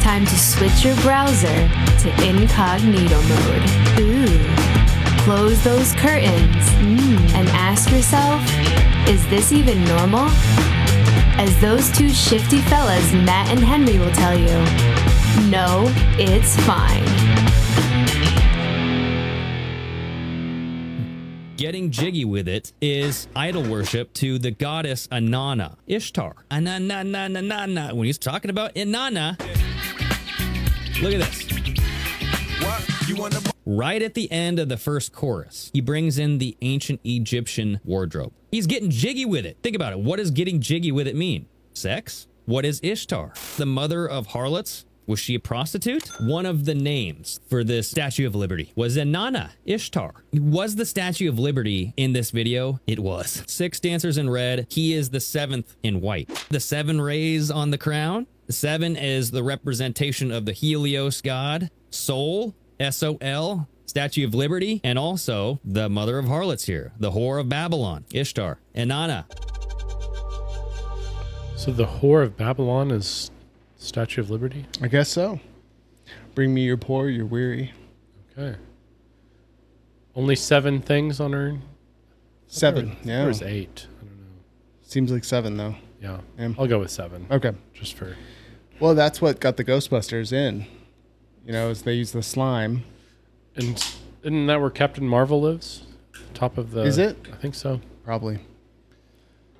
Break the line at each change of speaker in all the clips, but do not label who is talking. time to switch your browser to incognito mode. Ooh. Close those curtains and ask yourself, is this even normal? As those two shifty fellas, Matt and Henry, will tell you, no, it's fine.
Getting jiggy with it is idol worship to the goddess Inanna, Ishtar. Inanna, na, na, na, na. When he's talking about Inanna, look at this. Right at the end of the first chorus, he brings in the ancient Egyptian wardrobe. He's getting jiggy with it. Think about it. What does getting jiggy with it mean? Sex? What is Ishtar? The mother of harlots? Was she a prostitute? One of the names for this Statue of Liberty was Inanna Ishtar. Was the Statue of Liberty in this video? It was. Six dancers in red. He is the seventh in white. The seven rays on the crown. Seven is the representation of the Helios god, Sol, S O L, Statue of Liberty, and also the mother of harlots here, the whore of Babylon, Ishtar, Inanna.
So the whore of Babylon is Statue of Liberty.
I guess so. Bring me your poor, your weary.
Okay. Only seven things on her.
Seven.
Or
Yeah.
is eight? I don't know.
Seems like seven though.
Yeah.
Yeah.
I'll go with seven.
Okay.
Just for.
Well, that's what got the Ghostbusters in. You know, is they use the slime.
And isn't that where Captain Marvel lives? Top of the.
Is it?
I think so.
Probably.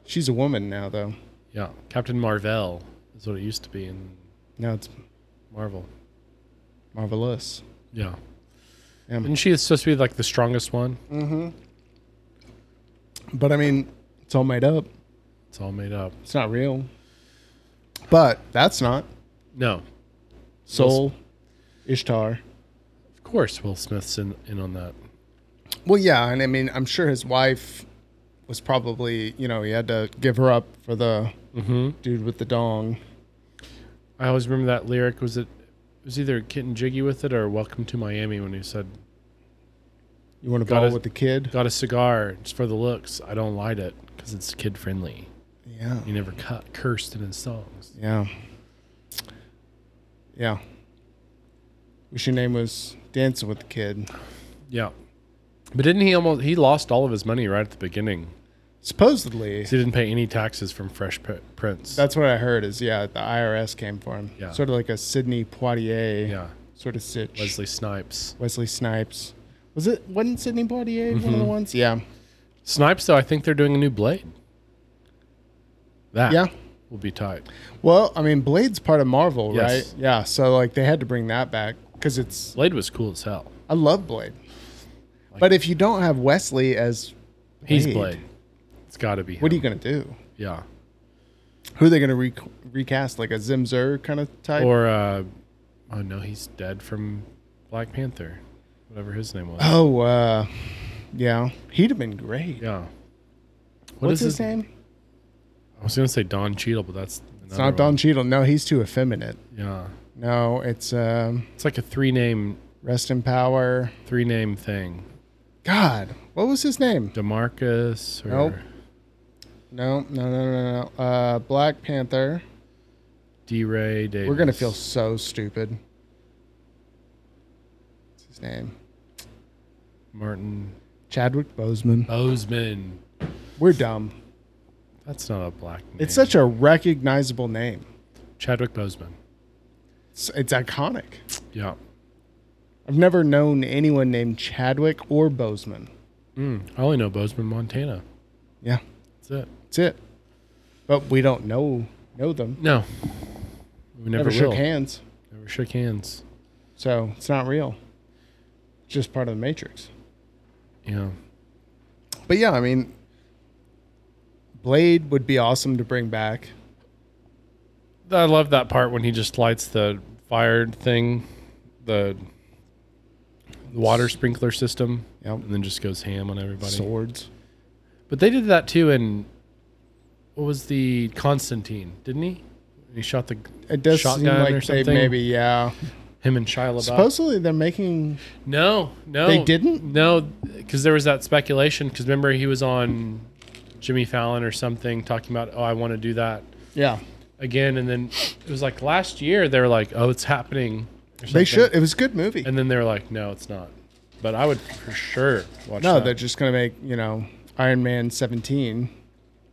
She's a woman now though.
Yeah. Captain Marvel is what it used to be in
Now it's
Marvel.
marvelous.
Yeah.
Yeah.
Isn't she supposed to be like the strongest one?
But I mean, it's all made up.
It's all made up.
It's not real. But that's not.
No.
Soul, Ishtar.
Of course, Will Smith's in, in on that.
Well, yeah, and I mean, I'm sure his wife was probably, you know, he had to give her up for the dude with the dong.
I always remember that lyric. Was it? it was either getting jiggy with it or "Welcome to Miami" when he said,
You want to
Got
ball
it.
with the kid?
"Got a cigar just for the looks. I don't light it because it's kid friendly."
Yeah,
He never cut, cursed in his songs.
yeah, yeah. Wish your name was Dancing with the Kid.
Yeah, but didn't he almost? He lost all of his money right at the beginning.
Supposedly,
'cause He didn't pay any taxes from Fresh P- Prince.
that's what I heard. Is yeah, the IRS came for him.
Yeah.
Sort of like a Sidney Poitier.
yeah,
Sort of sitch.
Leslie Snipes.
Wesley Snipes. Was it wasn't Sidney Poitier one
Mm-hmm.
of the ones? Yeah.
Snipes, though, I think they're doing a new Blade. That
Yeah.
will be tight.
Well, I mean, Blade's part of Marvel,
Yes.
right? Yeah. So like they had to bring that back because it's
Blade was cool as hell.
I love Blade, but if you don't have Wesley as
He's
Blade.
Blade. It's got to be.
what are you
him.
gonna do?
Yeah.
Who are they gonna re- recast like a Zim Zur kind of type?
Or uh, oh no, he's dead from Black Panther, whatever his name was.
oh, uh, yeah, he'd have been great.
Yeah. What
What's
is
his name?
I was gonna say Don Cheadle, but that's
It's not Don Cheadle. No, he's too effeminate.
Yeah,
No, it's um,
it's like a three name
Rest in Power.
three name thing.
God, what was his name?
Demarcus or
Nope. No, no, no, no, no. Uh, Black Panther.
D. Ray Davis.
We're gonna feel so stupid. What's his name?
Martin
Chadwick Boseman.
Bozeman.
We're dumb.
That's not a black. Name.
It's such a recognizable name.
Chadwick Bozeman.
It's, it's iconic.
Yeah.
I've never known anyone named Chadwick or Bozeman. Mm.
I only know Bozeman, Montana.
Yeah,
That's it.
that's it. But we don't know know them.
No. We never,
Never, shook
will.
hands,
Never shook hands.
so it's not real. It's just part of the Matrix.
Yeah.
But yeah, I mean, Blade would be awesome to bring back.
I love that part when he just lights the fire thing, the water sprinkler system,
Yep.
and then just goes ham on everybody.
Swords.
But they did that too in what was the Constantine, didn't he? He shot the
It does
shotgun
seem
or
like they
something.
maybe yeah.
him and Shia LaBeouf.
Supposedly they're making
no, no,
They didn't?
No, because there was that speculation. Because remember he was on Jimmy Fallon or something talking about, oh, I want to do that.
yeah.
again, and then it was like last year they were like, "Oh, it's happening." or
They
something.
should. It was a good movie.
and then they were like, "No, it's not." But I would for sure watch.
no,
that.
they're just gonna make you know Iron Man 17.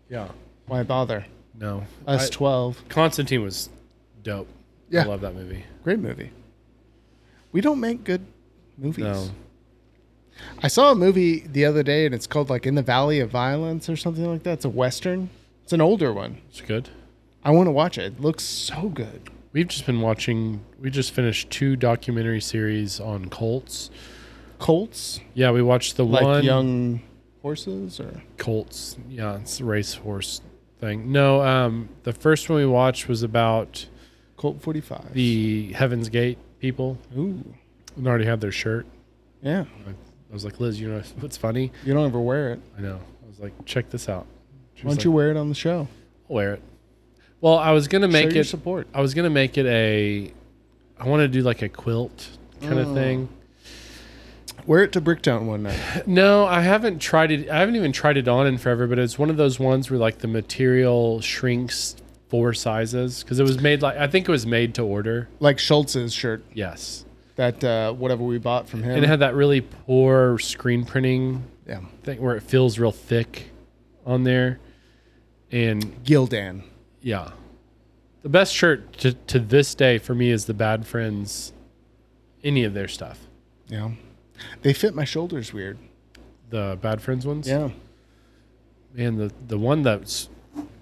yeah,
Why bother?
no.
Us
I-
12.
Constantine was dope.
Yeah.
I love that movie.
Great movie. We don't make good movies.
No,
I saw a movie the other day, and it's called like In the Valley of Violence or something like that. It's a western. It's an older one.
it's good.
I want to watch it. It looks so good.
We've just been watching. We just finished two documentary series on Colts.
Colts,
Yeah, we watched the
like
one
young horses, or
Colts. Yeah, it's a racehorse thing. No, um, the first one we watched was about
Colt 45.
the Heaven's Gate people.
Ooh,
And already had their shirt.
yeah.
I, I was like, Liz, you know what's funny?
You don't ever wear it.
I know. I was like, check this out. She
Why
was
don't
like,
you wear it on the show?
I'll wear it? Well, I was gonna make
Show your
it.
support.
I was gonna make it a. I want to do like a quilt kind
Oh.
of thing.
Wear it to Bricktown one night.
No, I haven't tried it. I haven't even tried it on in forever. But it's one of those ones where like the material shrinks four sizes because it was made like I think it was made to order.
Like Schultz's shirt,
Yes,
that uh, whatever we bought from him.
and it had that really poor screen printing
yeah.
thing where it feels real thick on there, and
Gildan.
Yeah. The best shirt to, to this day for me is the Bad Friends, any of their stuff.
Yeah. They fit my shoulders weird.
The Bad Friends ones.
Yeah.
And the, the one that's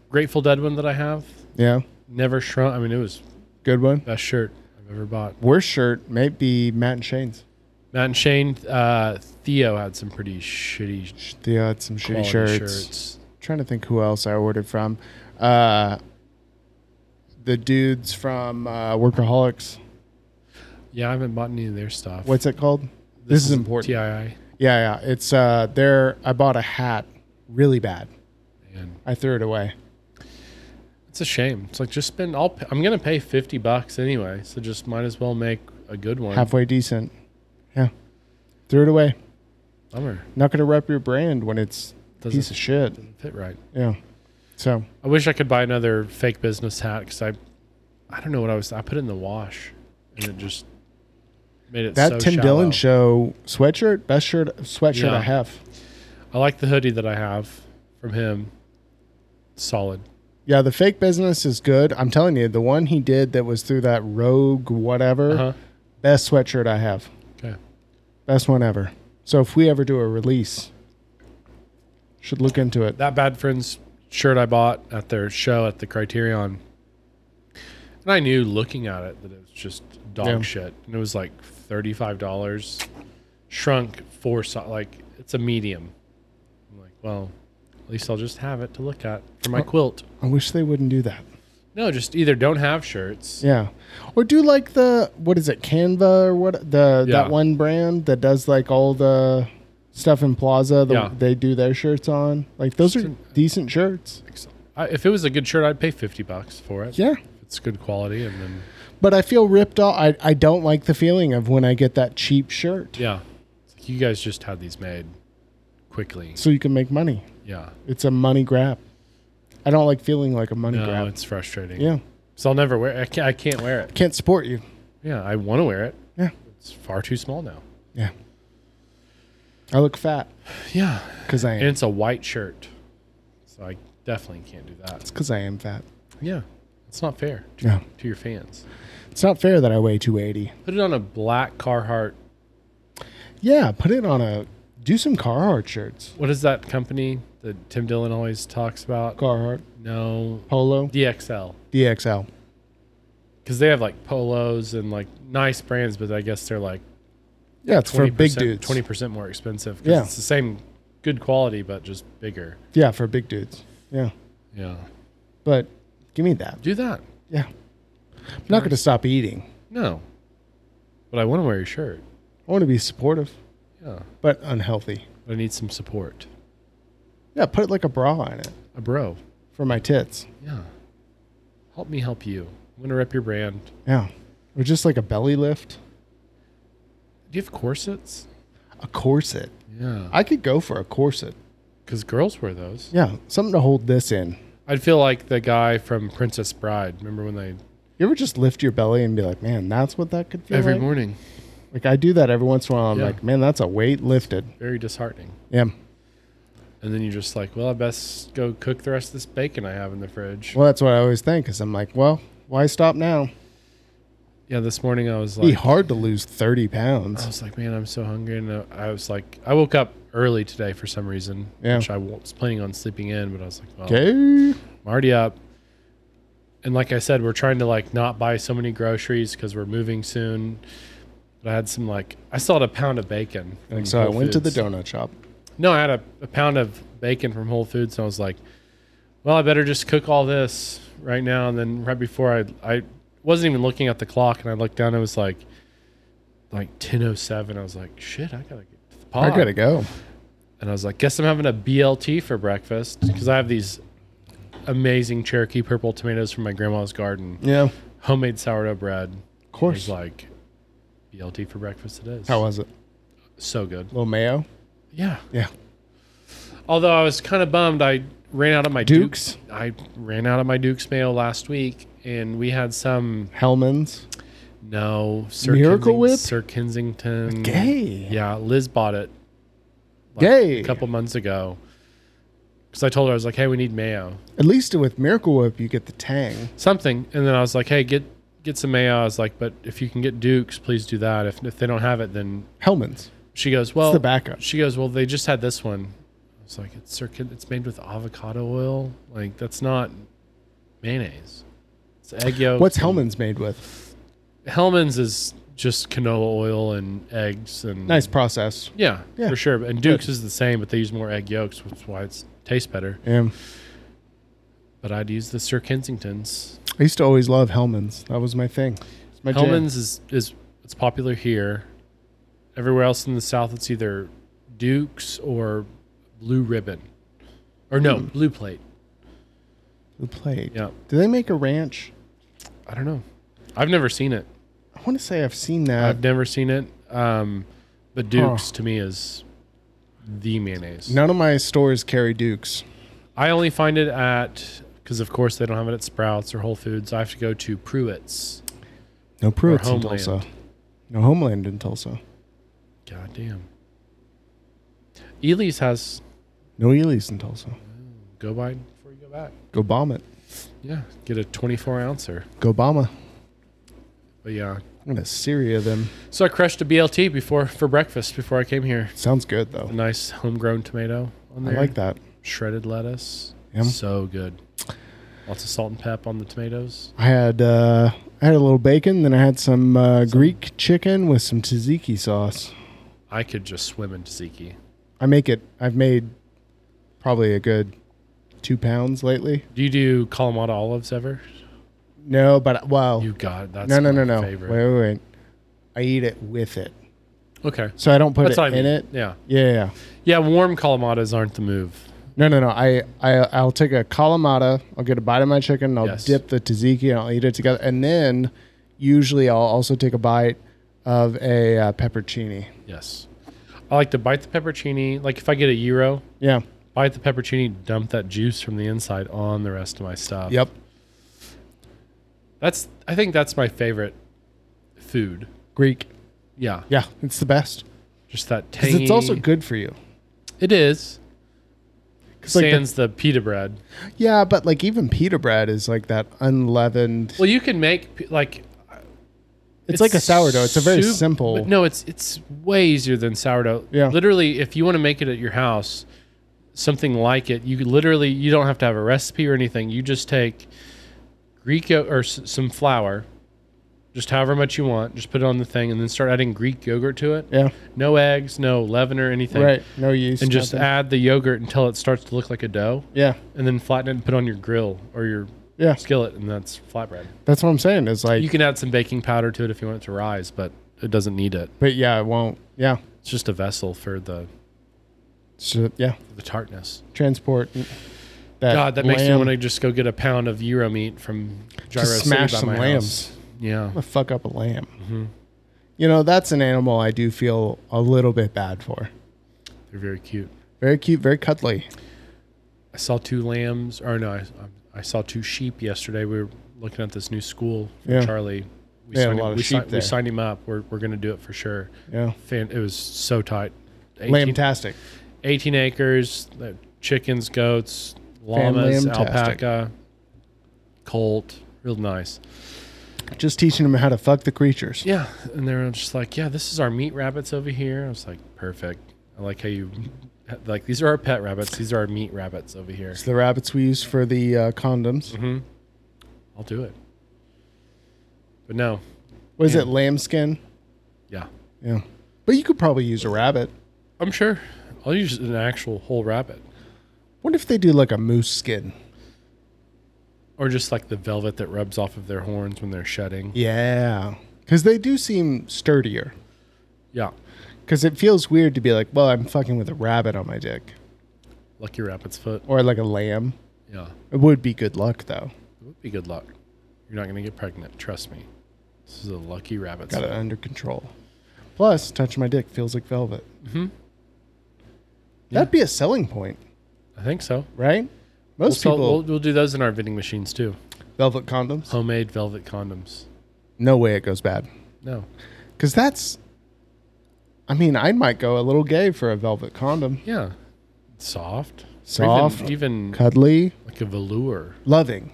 Grateful Dead one that I have
Yeah.
never shrunk. I mean, it was
Good one.
best shirt I've ever bought.
Worst shirt may be Matt and Shane's.
Matt and Shane, uh, Theo had some pretty shitty
They had uh, some shitty
quality
shirts.
shirts.
Trying to think who else I ordered from. Uh, the dudes from uh, Workaholics.
Yeah, I haven't bought any of their stuff.
What's it called? This, is important. Yeah.
TII?
yeah, yeah. It's uh, there. I bought a hat, really bad.
And
I threw it away.
it's a shame. It's like just spend. I'll. Pay, I'm gonna pay fifty bucks anyway, so just might as well make a good one.
Halfway decent. Yeah, threw it away.
Bummer.
Not gonna rep your brand when it's a
Doesn't-
piece of shit.
Fit right.
Yeah. So
I wish I could buy another fake business hat because I, I don't know what I was. I put it in the wash, and it just made it
that
so
Tim
shallow.
Dillon show sweatshirt, best shirt sweatshirt
Yeah.
I have.
I like the hoodie that I have from him. Solid.
Yeah, the fake business is good. I'm telling you, the one he did that was through that rogue whatever,
Uh huh.
best sweatshirt I have.
Okay.
Best one ever. So if we ever do a release, should look into it.
That bad friends shirt I bought at their show at the Criterion, and I knew looking at it that it was just dog
Yeah.
shit, and it was like thirty five dollars, shrunk four so- like it's a medium. I'm like, well, at least I'll just have it to look at for
Oh.
my quilt.
I wish they wouldn't do that.
No, just either don't have shirts.
Yeah. Or do like the what is it, Canva or what the
Yeah.
that one brand that does like all the stuff in Plaza that
Yeah.
they do their shirts on. Like those are decent shirts.
I, if it was a good shirt, I'd pay fifty bucks for it.
Yeah.
if it's good quality, and then
But I feel ripped off. I, I don't like the feeling of when I get that cheap shirt.
yeah, it's like you guys just had these made quickly.
So you can make money.
Yeah,
It's a money grab. I don't like feeling like a money
no,
grab.
it's frustrating.
Yeah.
so I'll never wear. I can't, I can't wear it.
Can't support you.
Yeah, I want to wear it.
Yeah.
It's far too small now.
Yeah. I look fat
Yeah,
because I
and
am.
it's a white shirt, so I definitely can't do that.
It's because I am fat.
Yeah, it's not fair to,
Yeah.
to your fans.
It's not fair that I weigh 280.
Put it on a black Carhartt.
Yeah. Put it on a. Do some Carhartt shirts.
What is that company that Tim Dillon always talks about?
Carhartt,
No,
Polo,
DXL.
DXL.
because they have like polos and like nice brands, but I guess they're like
Yeah. It's for big dudes.
twenty percent more expensive. 'cause
Yeah.
it's the same good quality, but just bigger.
Yeah. For big dudes. Yeah.
Yeah,
But give me that.
do that.
Yeah. I'm not going to stop eating.
No, but I want to wear your shirt.
I want to be supportive,
Yeah,
but unhealthy.
but I need some support.
Yeah. Put like a bra on it
A bro.
for my tits.
Yeah, help me help you. I'm gonna rep your brand.
Yeah. Or just like a belly lift,
Do you have corsets?
a corset.
Yeah,
I could go for a corset.
because girls wear those.
Yeah, something to hold this in.
I'd feel like the guy from Princess Bride. Remember when they
You ever just lift your belly and be like, man, that's what that could feel
every
like?
morning?
Like I do that every once in a while. I'm
Yeah.
like, man, that's a weight lifted.
Very disheartening.
Yeah.
And then you're just like, well, I best go cook the rest of this bacon I have in the fridge.
Well, that's what I always think. Cause I'm like, well, why stop now?
Yeah, this morning I was
It'd be
like,
hard to lose 30 pounds.
I was like, man, I'm so hungry. And uh, I was like, I woke up early today for some reason,
Yeah.
which I was planning on sleeping in, but I was like, well,
Okay.
I'm already up. And like I said, we're trying to like not buy so many groceries because we're moving soon. But I had some like I still had a pound of bacon. from
And so I
Whole
went to the
Foods.
donut shop.
No, I had a, a pound of bacon from Whole Foods, and I was like, well, I better just cook all this right now. And then right before I I wasn't even looking at the clock, and I looked down, it was like like ten oh seven. I was like, shit, I gotta get to the pod.
I gotta go.
And I was like, guess I'm having a BLT for breakfast because I have these amazing Cherokee purple tomatoes from my grandma's garden,
Yeah. Of
homemade sourdough bread. Of
course.
like BLT for breakfast it is.
How was it?
so good?
little mayo?
Yeah.
Yeah.
Although I was kind of bummed, I ran out of my
Duke's?
Duke's. I ran out of my Duke's mayo last week, and we had some
Hellman's.
no Sir
Miracle
Kensing-
Whip?
Sir Kensington.
Gay.
Yeah, Liz bought it.
Gay.
A couple months ago, because I told her I was like, "Hey, we need mayo."
At least with Miracle Whip, you get the tang.
something. And then I was like, hey, get get some mayo. I was like, but if you can get Duke's, please do that. If if they don't have it, then
Hellman's.
she goes, well,
the backup.
She goes, well, they just had this one. I was like, it's circuit. It's made with avocado oil. Like that's not mayonnaise. It's egg yolk.
What's Hellman's made with?
Hellman's is just canola oil and eggs and
Nice process.
Yeah,
Yeah.
for sure. And Duke's is the same, but they use more egg yolks, which is why it tastes better.
Yeah.
But I'd use the Sir Kensingtons.
I used to always love Hellman's. That was my thing. It's my jam.
Hellman's is, is it's popular here. Everywhere else in the South, it's either Duke's or Blue Ribbon, or no Blue Plate.
The plate.
Yeah,
Do they make a ranch?
I don't know. I've never seen it.
I want to say I've seen that.
I've never seen it. Um, but Duke's to me is the mayonnaise.
None of my stores carry Dukes.
I only find it at because of course they don't have it at Sprouts or Whole Foods. I have to go to Pruitt's.
No Pruitt's in
Homeland.
Tulsa. No Homeland in Tulsa.
God damn. Ely's has
No Ely's in Tulsa.
go by before you go back.
Go bomb it.
Yeah, get a 24 ouncer.
Go Obama.
But yeah,
I'm gonna Syria them.
So I crushed a BLT before for breakfast before I came here.
Sounds good though.
A nice homegrown tomato on
I
there.
like that.
Shredded lettuce.
Yum.
So good. Lots of salt and pep on the tomatoes.
I had uh, I had a little bacon, then I had some uh, Greek chicken with some tzatziki sauce.
I could just swim in tzatziki.
I make it. I've made probably a good two pounds lately.
Do you do Kalamata olives ever?
No, but wow.
You got that's
no, no, no,
my
no.
favorite.
Wait, wait, wait. I eat it with it,
Okay.
so I don't put
That's
it
what I mean.
in it.
Yeah.
Yeah, yeah, yeah.
Yeah, warm kalamatas aren't the move.
No, no, no. I, I, I'll take a kalamata. I'll get a bite of my chicken. and I'll
Yes.
dip the tzatziki and I'll eat it together. And then, usually, I'll also take a bite of a uh, peppercini.
Yes. I like to bite the peppercini. Like if I get a gyro,
Yeah.
bite the peppercini, dump that juice from the inside on the rest of my stuff.
Yep.
That's I think that's my favorite food.
Greek.
Yeah.
Yeah, it's the best.
Just that
'Cause
tangy.
it's also good for you.
It is.
'Cause, like, the-
Sans the, pita bread.
yeah, but like even pita bread is like that unleavened.
Well, you can make p- like
it's, like a sourdough. It's a very
soup-
simple.
But no, it's it's way easier than sourdough.
Yeah.
Literally, if you want to make it at your house, something like it, you could literally you don't have to have a recipe or anything. You just take Greek yo- or s- some flour, just however much you want, just put it on the thing, and then start adding Greek yogurt to it.
Yeah.
No eggs, no leaven or anything.
Right. No yeast.
And just
nothing.
add the yogurt until it starts to look like a dough.
Yeah.
and then flatten it and put it on your grill or your
Yeah.
skillet, and that's flatbread.
That's what I'm saying. Is like,
You can add some baking powder to it if you want it to rise, but it doesn't need it.
but yeah, it won't. Yeah.
It's just a vessel for the
So, yeah.
the tartness.
Transport. That
God, that makes me
lamb.
want to just go get a pound of gyro meat from Gyro
Just
City
smash
by
some
my
lambs.
house. Yeah,
I'm gonna fuck up a lamb. You know, that's an animal I do feel a little bit bad for.
they're very cute.
Very cute, very cuddly.
I saw two lambs, or no, I, um, I, I saw two sheep yesterday. We were looking at this new school for
Yeah.
Charlie. We
They had a
signed,
lot
him,
of
we,
sheep
si- we
there.
signed him up. We're, we're going to do it for sure.
Yeah.
Fan, it was so tight. 18,
Lambtastic.
18 acres, uh, chickens, goats, llamas,
Family-tastic.
alpaca, colt. Real nice.
Just teaching them how to fuck the creatures.
Yeah, and they were just like, "Yeah, this is our meat rabbits over here." I was like, "Perfect." I like how you, like, these are our pet rabbits. These are our meat rabbits over here.
It's the rabbits we use for the uh, condoms.
I'll do it. But no,
What is it? Lambskin.
yeah,
Yeah. But you could probably use a rabbit.
I'm sure I'll use an actual whole rabbit,
What if they do like a moose skin?
or just like the velvet that rubs off of their horns when they're shedding.
Yeah. Because they do seem sturdier.
Yeah,
Because it feels weird to be like, well, I'm fucking with a rabbit on my dick.
lucky rabbit's foot.
Or like a lamb.
Yeah,
It would be good luck, though.
it would be good luck. You're not gonna get pregnant. Trust me. This is a lucky rabbit's
Got it
foot.
under control. Plus, touching my dick feels like velvet. Mm-hmm. That'd be a selling point,
I think so.
right?
We'll,
Most
sell-
people
we'll, we'll do those in our vending machines too.
velvet condoms.
Homemade velvet condoms.
No way it goes bad.
No.
Because that's, I mean, I might go a little gay for a velvet condom.
Yeah. Soft. Or
Soft,
Even, even
cuddly,
like a velour.
loving,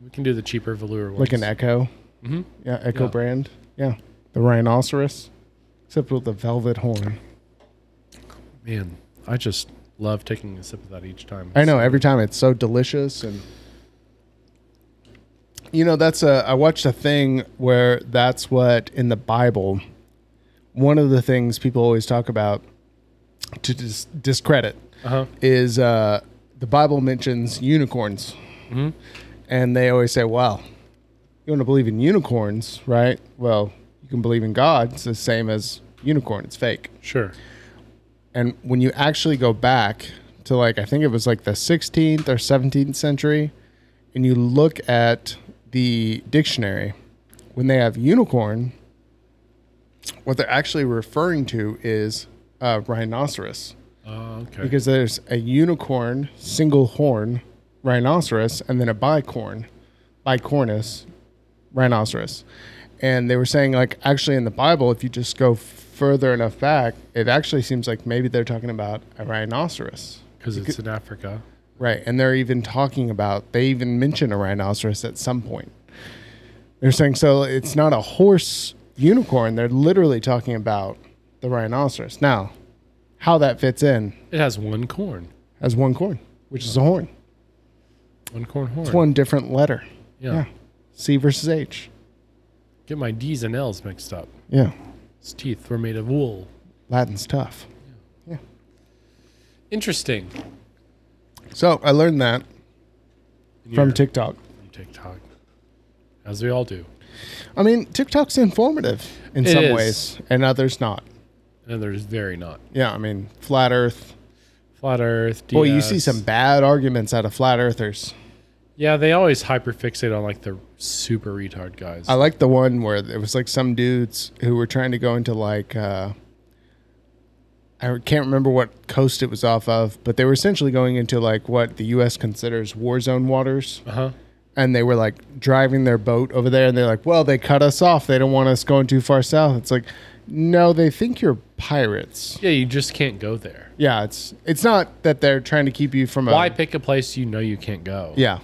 We can do the cheaper velour ones.
like an Echo.
Mhm.
Yeah, Echo
Yeah.
brand. Yeah, the rhinoceros, except with the velvet horn.
Man, I just love taking a sip of that each time.
I know every time it's so delicious and you know that's a I watched a thing where that's what in the Bible one of the things people always talk about to dis- discredit
Uh huh.
is uh, the Bible mentions unicorns and they always say well you want to believe in unicorns right well you can believe in God it's the same as unicorn it's fake
Sure.
and when you actually go back to like I think it was like the 16th or 17th century and you look at the dictionary when they have unicorn what they're actually referring to is a rhinoceros
Oh, okay.
because there's a unicorn single horn rhinoceros and then a bicorn bicornus rhinoceros and they were saying like actually in the bible if you just go further enough back it actually seems like maybe they're talking about a rhinoceros
Because it's in Africa.
right and they're even talking about they even mention a rhinoceros at some point they're saying so it's not a horse unicorn they're literally talking about the rhinoceros now how that fits in
It has one corn.
as one corn, which is a horn.
One corn horn.
It's one different letter.
Yeah.
C versus H.
Get my D's and L's mixed up.
Yeah.
Its teeth were made of wool.
Latin's tough.
Interesting.
So I learned that
In
from
your-
TikTok.
from TikTok. As we all do.
I mean, TikTok's informative in
It
some
is.
ways and others not.
And there's very not.
Yeah. I mean, flat earth.
Flat Earth.
Boy, you see
DS.
some bad arguments out of flat earthers.
Yeah, they always hyperfixate on like the super retard guys.
I like the one where it was like some dudes who were trying to go into like uh I can't remember what coast it was off of, but they were essentially going into like what the US considers war zone waters.
Uh huh.
and they were like driving their boat over there and they're like well they cut us off they don't want us going too far south it's like no they think you're pirates
Yeah, you just can't go there.
yeah it's it's not that they're trying to keep you from a
Why pick a place you know you can't go?
yeah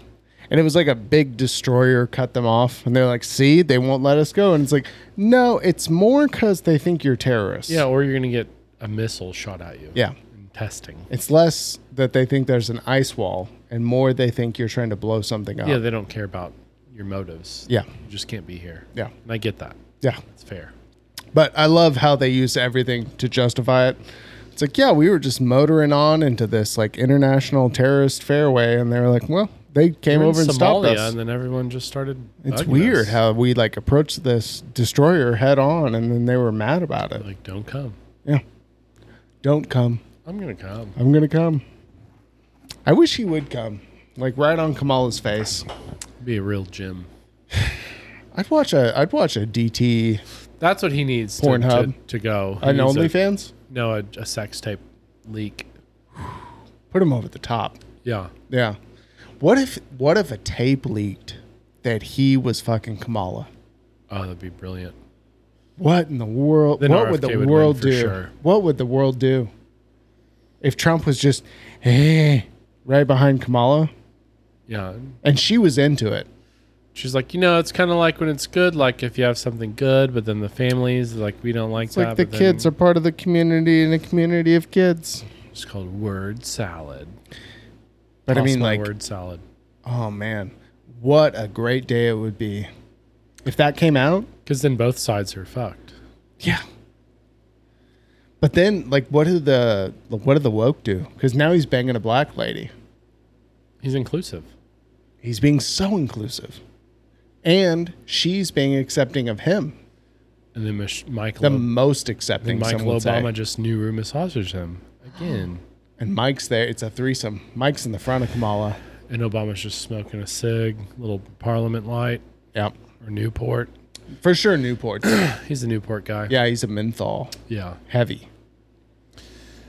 and it was like a big destroyer cut them off and they're like see they won't let us go and it's like no it's more because they think you're terrorists
Yeah, or you're gonna get a missile shot at you.
yeah
In testing.
it's less that they think there's an ice wall and more they think you're trying to blow something up
Yeah, they don't care about your motives.
Yeah.
You just can't be here.
yeah
And I get that.
yeah
It's fair.
But I love how they use everything to justify it. It's like, yeah, we were just motoring on into this like international terrorist fairway, and they were like, well, they came
We're in
over and stopped
Somalia,
us.
and then everyone just started.
it's
bugging
weird
us.
how we like approached this destroyer head on, and then they were mad about it.
like don't come.
Yeah, don't come.
I'm gonna come.
I'm gonna come. I wish he would come, like right on Kamala's face.
Be a real gym.
I'd watch a I'd watch a DT
That's what he needs. to- to,
Pornhub.
to, go. He
an
needs a-
OnlyFans.
No, a, a sex tape leak.
Put him over the top.
Yeah.
Yeah. What if what if a tape leaked that he was fucking Kamala?
Oh, that'd be brilliant.
What in the world?
Then
what would
RFK
the
would
world
win for
do?
sure.
What would the world do? If Trump was just hey, right behind Kamala
Yeah.
and she was into it.
She's like, you know, it's kind of like when it's good, like if you have something good, but then the families, like, we don't like
It's
that.
like the
but then
kids are part of the community and a community of kids.
It's called word salad.
But I
Toss
mean
my
like
word salad.
oh man, what a great day it would be if that came out.
Because then both sides are fucked.
Yeah. But then, like, what do the what do the woke do? Because now he's banging a black lady.
He's inclusive.
He's being so inclusive, and she's being accepting of him,
And then Mich- Michael,
the most
then
accepting.
Michael
someone would say.
Obama just new room massaged him again.
and Mike's there. It's a threesome. Mike's in the front of Kamala.
And Obama's just smoking a cig, little Parliament light
Yep,
or Newport.
for sure. Newport.
He's a Newport guy.
yeah, he's a menthol
Yeah.
heavy.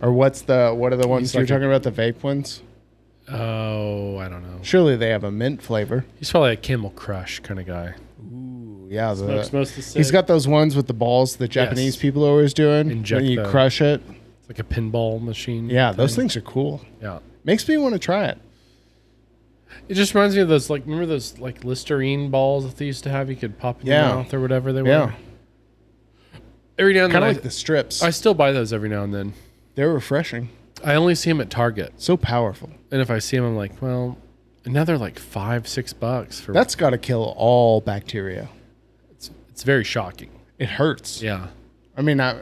Or what's the what are the ones
He's
you're
like a-
talking about? The vape ones.
Oh, I don't know.
Surely they have a mint flavor.
He's probably a Camel Crush kind of guy.
Ooh, yeah. the-
Smokes most of the
He's
cig.
got those ones with the balls the Japanese
Yes.
people are always doing.
Inject
when you
the-
crush it.
It's like a pinball machine.
Yeah, those
thing.
things are cool.
Yeah.
Makes me want to try it.
It just reminds me of those like remember those like Listerine balls that they used to have you could pop in
Yeah.
your mouth or whatever they were.
Yeah.
Every now and then
Kind of
I,
like the strips.
I still buy those every now and then.
They're refreshing.
I only see them at Target.
So powerful.
And if I see them I'm like, well, another like 5 6 bucks for
That's got to kill all bacteria.
it's, it's very shocking.
It hurts.
Yeah.
I mean, I,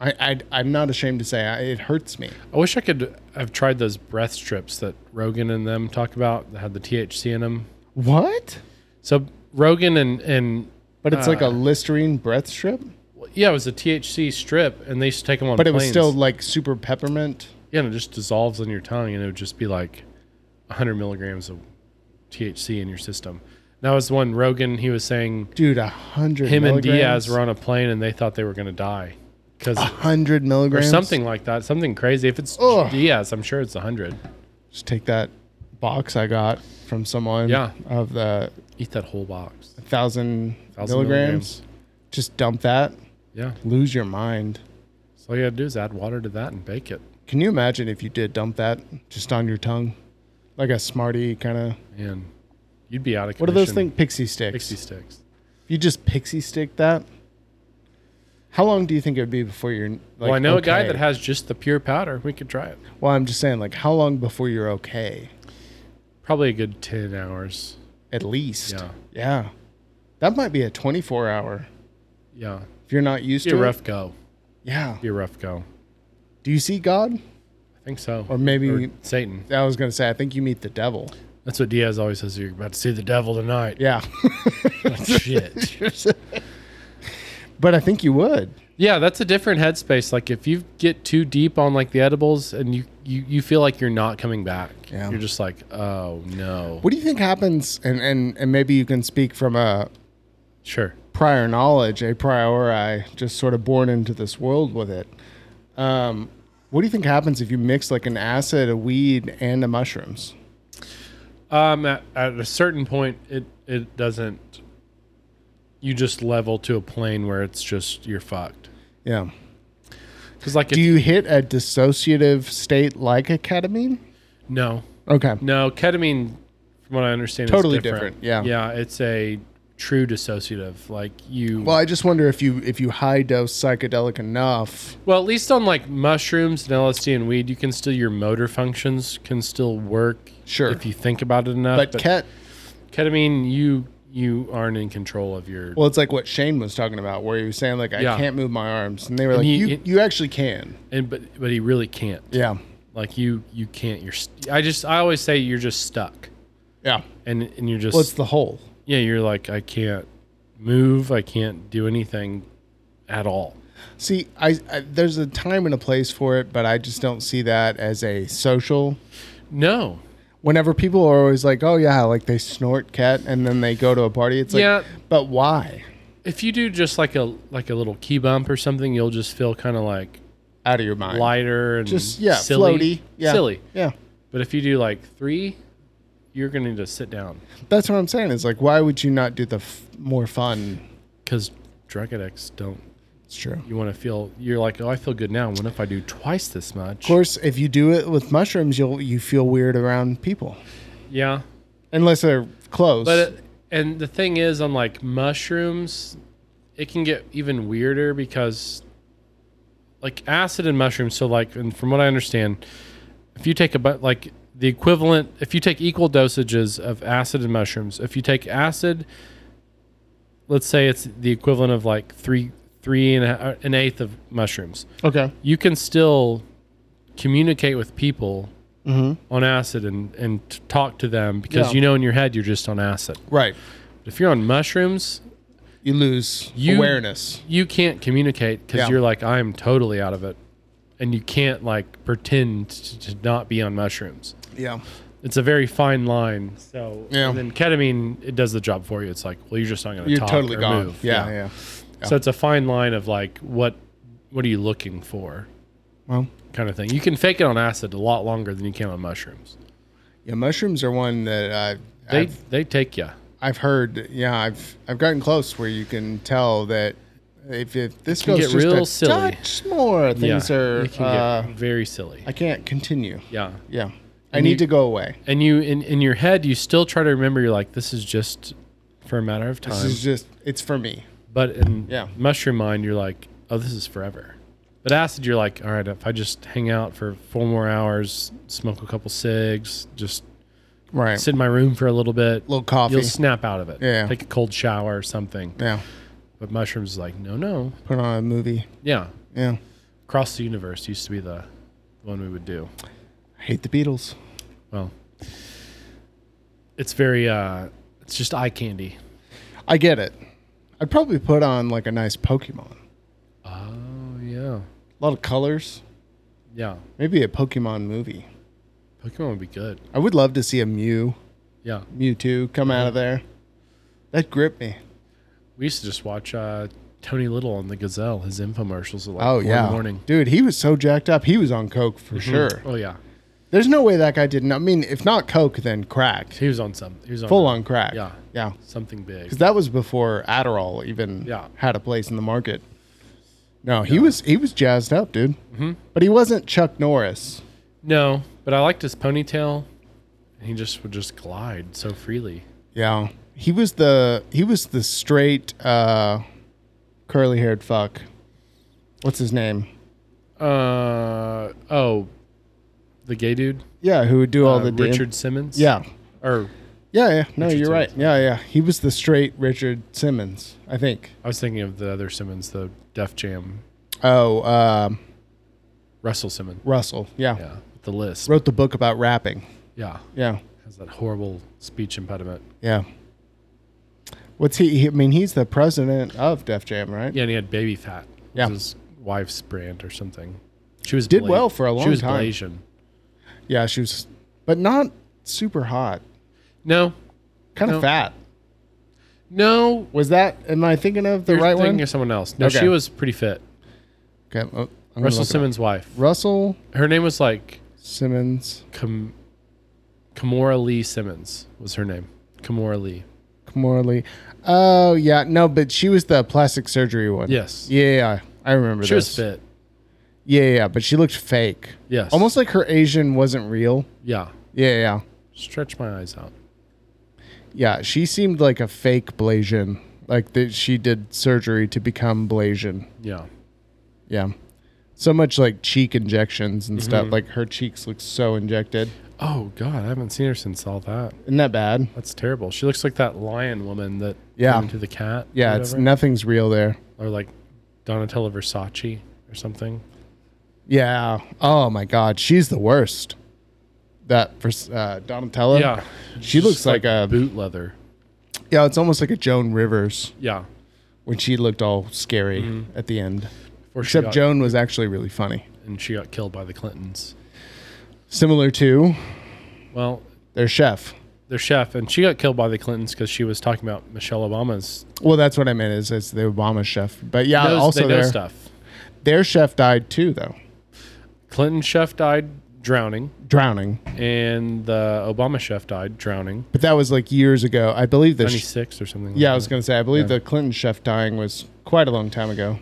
I, I, I'm not ashamed to say I, it hurts me.
I wish I could have tried those breath strips that Rogan and them talk about that had the THC in them.
What?
So Rogan and and
But it's like a
Uh.
Listerine breath strip.
yeah, it was a THC strip, and they used to take them on.
But it was
planes.
still like super peppermint.
yeah, and it just dissolves on your tongue, and it would just be like 100 milligrams of THC in your system. And that was the one Rogan. He was saying
Dude, a hundred.
him and
milligrams?
Diaz were on a plane, and they thought they were going to die because
a hundred
or
milligrams
something like that, something crazy. If it's
Ugh.
Diaz, I'm sure it's 100.
Just take that box I got from someone.
Yeah.
Of the
Eat that whole box.
thousand,
Thousand
milligrams. Just dump that.
Yeah.
Lose your mind.
So all you got to do is add water to that and bake it.
Can you imagine if you did dump that just on your tongue, like a smarty kind of?
and you'd be out of
What are
commission.
those things? Pixie sticks.
Pixie sticks.
If you just pixie stick that. How long do you think it would be before you're? Like,
well, I know a guy
okay?
that has just the pure powder. We could try it.
Well, I'm just saying, like, how long before you're okay?
Probably a good ten hours.
At least.
Yeah.
Yeah. That might be a 24 hour
Yeah,
if you're not used
be a
to it.
rough go.
Yeah.
Be a rough go.
Do you see God?
I think so.
Or maybe-
Satan.
I was gonna say, I think you meet the devil.
That's what Diaz always says. You're about to see the devil tonight.
Yeah.
Like, shit.
but I think you would.
Yeah, that's a different headspace. Like if you get too deep on like the edibles and you you, you feel like you're not coming back.
Yeah.
You're just like, oh no.
What do you think happens? And and and maybe you can speak from a
Sure.
prior knowledge, a priori, just sort of born into this world with it. Um, what do you think happens if you mix like an acid, a weed, and the mushrooms?
Um, at, at a certain point, it it doesn't. You just level to a plane where it's just you're fucked.
Yeah.
Because like, if,
Do you hit a dissociative state like a ketamine?
no,
Okay.
no, ketamine, from what I understand,
Totally
is different.
different, yeah.
yeah, it's a true dissociative. Like you,
Well,
well,
I just wonder if you if you high dose psychedelic enough.
at least on like mushrooms and LSD and weed, you can still your motor functions can still work.
Sure.
if you think about it enough.
But ket,
ketamine, you you aren't in control of your.
well, it's like what Shane was talking about, where he was saying like I
Yeah.
can't move my arms, and they were like,
he-
you
it-
you actually can.
and but but he really can't.
Yeah.
like you you can't you're st- i just i always say you're just stuck
Yeah.
and and you're just
Well, it's the whole.
yeah you're like i can't move i can't do anything at all
See, I, I there's a time and a place for it, but I just don't see that as a social.
no
Whenever people are always like, "Oh yeah," like they snort cat and then they go to a party, it's like,
Yeah.
but why?
if you do just like a like a little key bump or something you'll just feel kind of like
Out of your mind.
lighter and
Just yeah,
silly.
floaty. Yeah.
silly
Yeah.
But if you do like three, you're going to need to sit down
That's what I'm saying. Is like, why would you not do the f- more fun?
because drug addicts don't.
It's true. Of
You want to feel, you're like, oh, I feel good now. What if I do twice this much?
course, if you do it with mushrooms, you'll you feel weird around people
Yeah.
unless they're close.
But it, and the thing is, on like mushrooms, it can get even weirder because, like acid and mushrooms. So like, and from what I understand, if you take a but like the equivalent, if you take equal dosages of acid and mushrooms, if you take acid, let's say it's the equivalent of like three three and a, uh, an eighth of mushrooms,
okay,
you can still communicate with people. On acid and and t- talk to them because
Yeah.
you know in your head you're just on acid.
right,
If you're on mushrooms,
you lose
You-
awareness.
you can't communicate because
Yeah.
you're like, I'm totally out of it. And you can't like pretend t- to not be on mushrooms.
Yeah,
It's a very fine line. So,
Yeah.
and then ketamine, it does the job for you. It's like, well, you're just not going to
you're
talk
totally
or
gone.
move.
Yeah, yeah,
So it's a fine line of like, what, what are you looking for?
Well.
kind of thing. You can fake it on acid a lot longer than you can on mushrooms.
yeah. Mushrooms are one that I.
They,
I've,
they take you.
I've heard, yeah, I've I've gotten close where you can tell that if, if this
can
goes
get
just
real
a
silly.
touch more, things are.
It can
uh,
get very silly.
I can't continue.
yeah.
Yeah, I
And
need
you-
to go away.
and you in, in your head you still try to remember you're like this is just for a matter of
This
time
is just it's for me.
but in
Yeah.
mushroom mind you're like oh this is forever but acid you're like all right if i just hang out for four more hours smoke a couple cigs just
Right.
sit in my room for a little bit
Little coffee.
you'll snap out of it
Yeah.
take a cold shower or something
yeah.
but mushrooms is like no no
Put on a movie.
yeah
Yeah.
cross the universe used to be the one we would do
I hate the Beatles.
well it's very uh it's just eye candy
I get it. I'd probably put on like a nice Pokemon.
oh yeah
A lot of colors.
yeah
Maybe a Pokemon movie.
Pokemon would be good.
I would love to see a Mew,
Yeah.
Mewtwo come out of
Mm-hmm.
there. That gripped me.
We used to just watch uh, Tony Little on the Gazelle, his infomercials at like
Oh
four in
yeah,
the morning.
dude, he was so jacked up. He was on coke for sure.
Oh yeah.
There's no way that guy didn't. I mean, if not coke, then crack,
He was on some he was on
full on crack.
Yeah.
yeah,
Something big.
because that was before Adderall even
Yeah.
had a place in the market. No, he was he was jazzed up, dude.
Mm-hmm.
But he wasn't Chuck Norris.
No, but I liked his ponytail. And he just would just glide so freely.
Yeah, he was the he was the straight uh, curly haired fuck. What's his name?
Uh oh. The gay dude?
Yeah, who would do all
Uh,
Oh, the dan-
Richard Simmons?
Yeah,
Or
yeah, yeah. No,
Richard
you're right.
Simmons.
Yeah, yeah. He was the straight Richard Simmons, I think.
I was thinking of the other Simmons, the Def Jam
Oh, um,
Russell Simmons.
Russell. Yeah.
Yeah. The list.
Wrote the book about rapping.
Yeah.
Yeah.
Has that horrible speech impediment.
Yeah. What's he, he? I mean, he's the president of Def Jam, right?
Yeah, and he had baby fat. It
Yeah.
was his wife's brand or something. She was
Did
Bla-
well for a long
She was
time.
Blasian.
Yeah, she was, but not super hot.
No,
Kind of
No.
fat.
no.
Was that? Am I thinking of the
You're
right
thinking
one?
of someone else. No,
Okay.
she was pretty fit.
Okay, oh, I'm
Russell
gonna look it up.
Simmons' wife.
Russell
Her name was like
Simmons,
Kam- Kamora Lee Simmons was her name. Kamora Lee.
Kamora Lee. Oh yeah, no, but she was the plastic surgery one.
Yes.
Yeah, yeah, I remember.
She was
this.
fit.
Yeah, yeah, yeah, but she looked fake.
Yes.
Almost like her Asian wasn't real.
Yeah.
Yeah, yeah,
Stretch my eyes out.
yeah. She seemed like a fake Blasian. Like that, she did surgery to become Blasian.
Yeah.
Yeah. So much like cheek injections and stuff.
Mm-hmm.
Like her cheeks look so injected.
Oh God, I haven't seen her since all that.
Isn't that bad?
That's terrible. She looks like that lion woman that
Yeah.
to the cat. or
Yeah, it's
whatever.
nothing's real there.
or like Donatella Versace or something.
Yeah. Oh my God, she's the worst. That for uh, Donatella.
Yeah.
She looks
Just
like, a.
boot leather.
Yeah, it's almost like a Joan Rivers
Yeah.
when she looked all scary at the end.
Before Mm-hmm. she
Except
got-
Joan was actually really funny.
and she got killed by the Clintons.
Similar to
Well,
their chef.
their chef, and she got killed by the Clintons because she was talking about Michelle Obama's.
Well, that's what I meant. Is it's the Obama chef, but yeah,
knows-
Uh, also
they know
their
stuff.
their chef died too, though.
Clinton chef died. drowning,
drowning.
and the Obama chef died drowning.
But that was like years ago. I believe the.
Ninety
Sh-
six or something.
yeah, I
like
was
that.
going to say, I believe
Yeah.
the Clinton chef dying was quite a long time ago.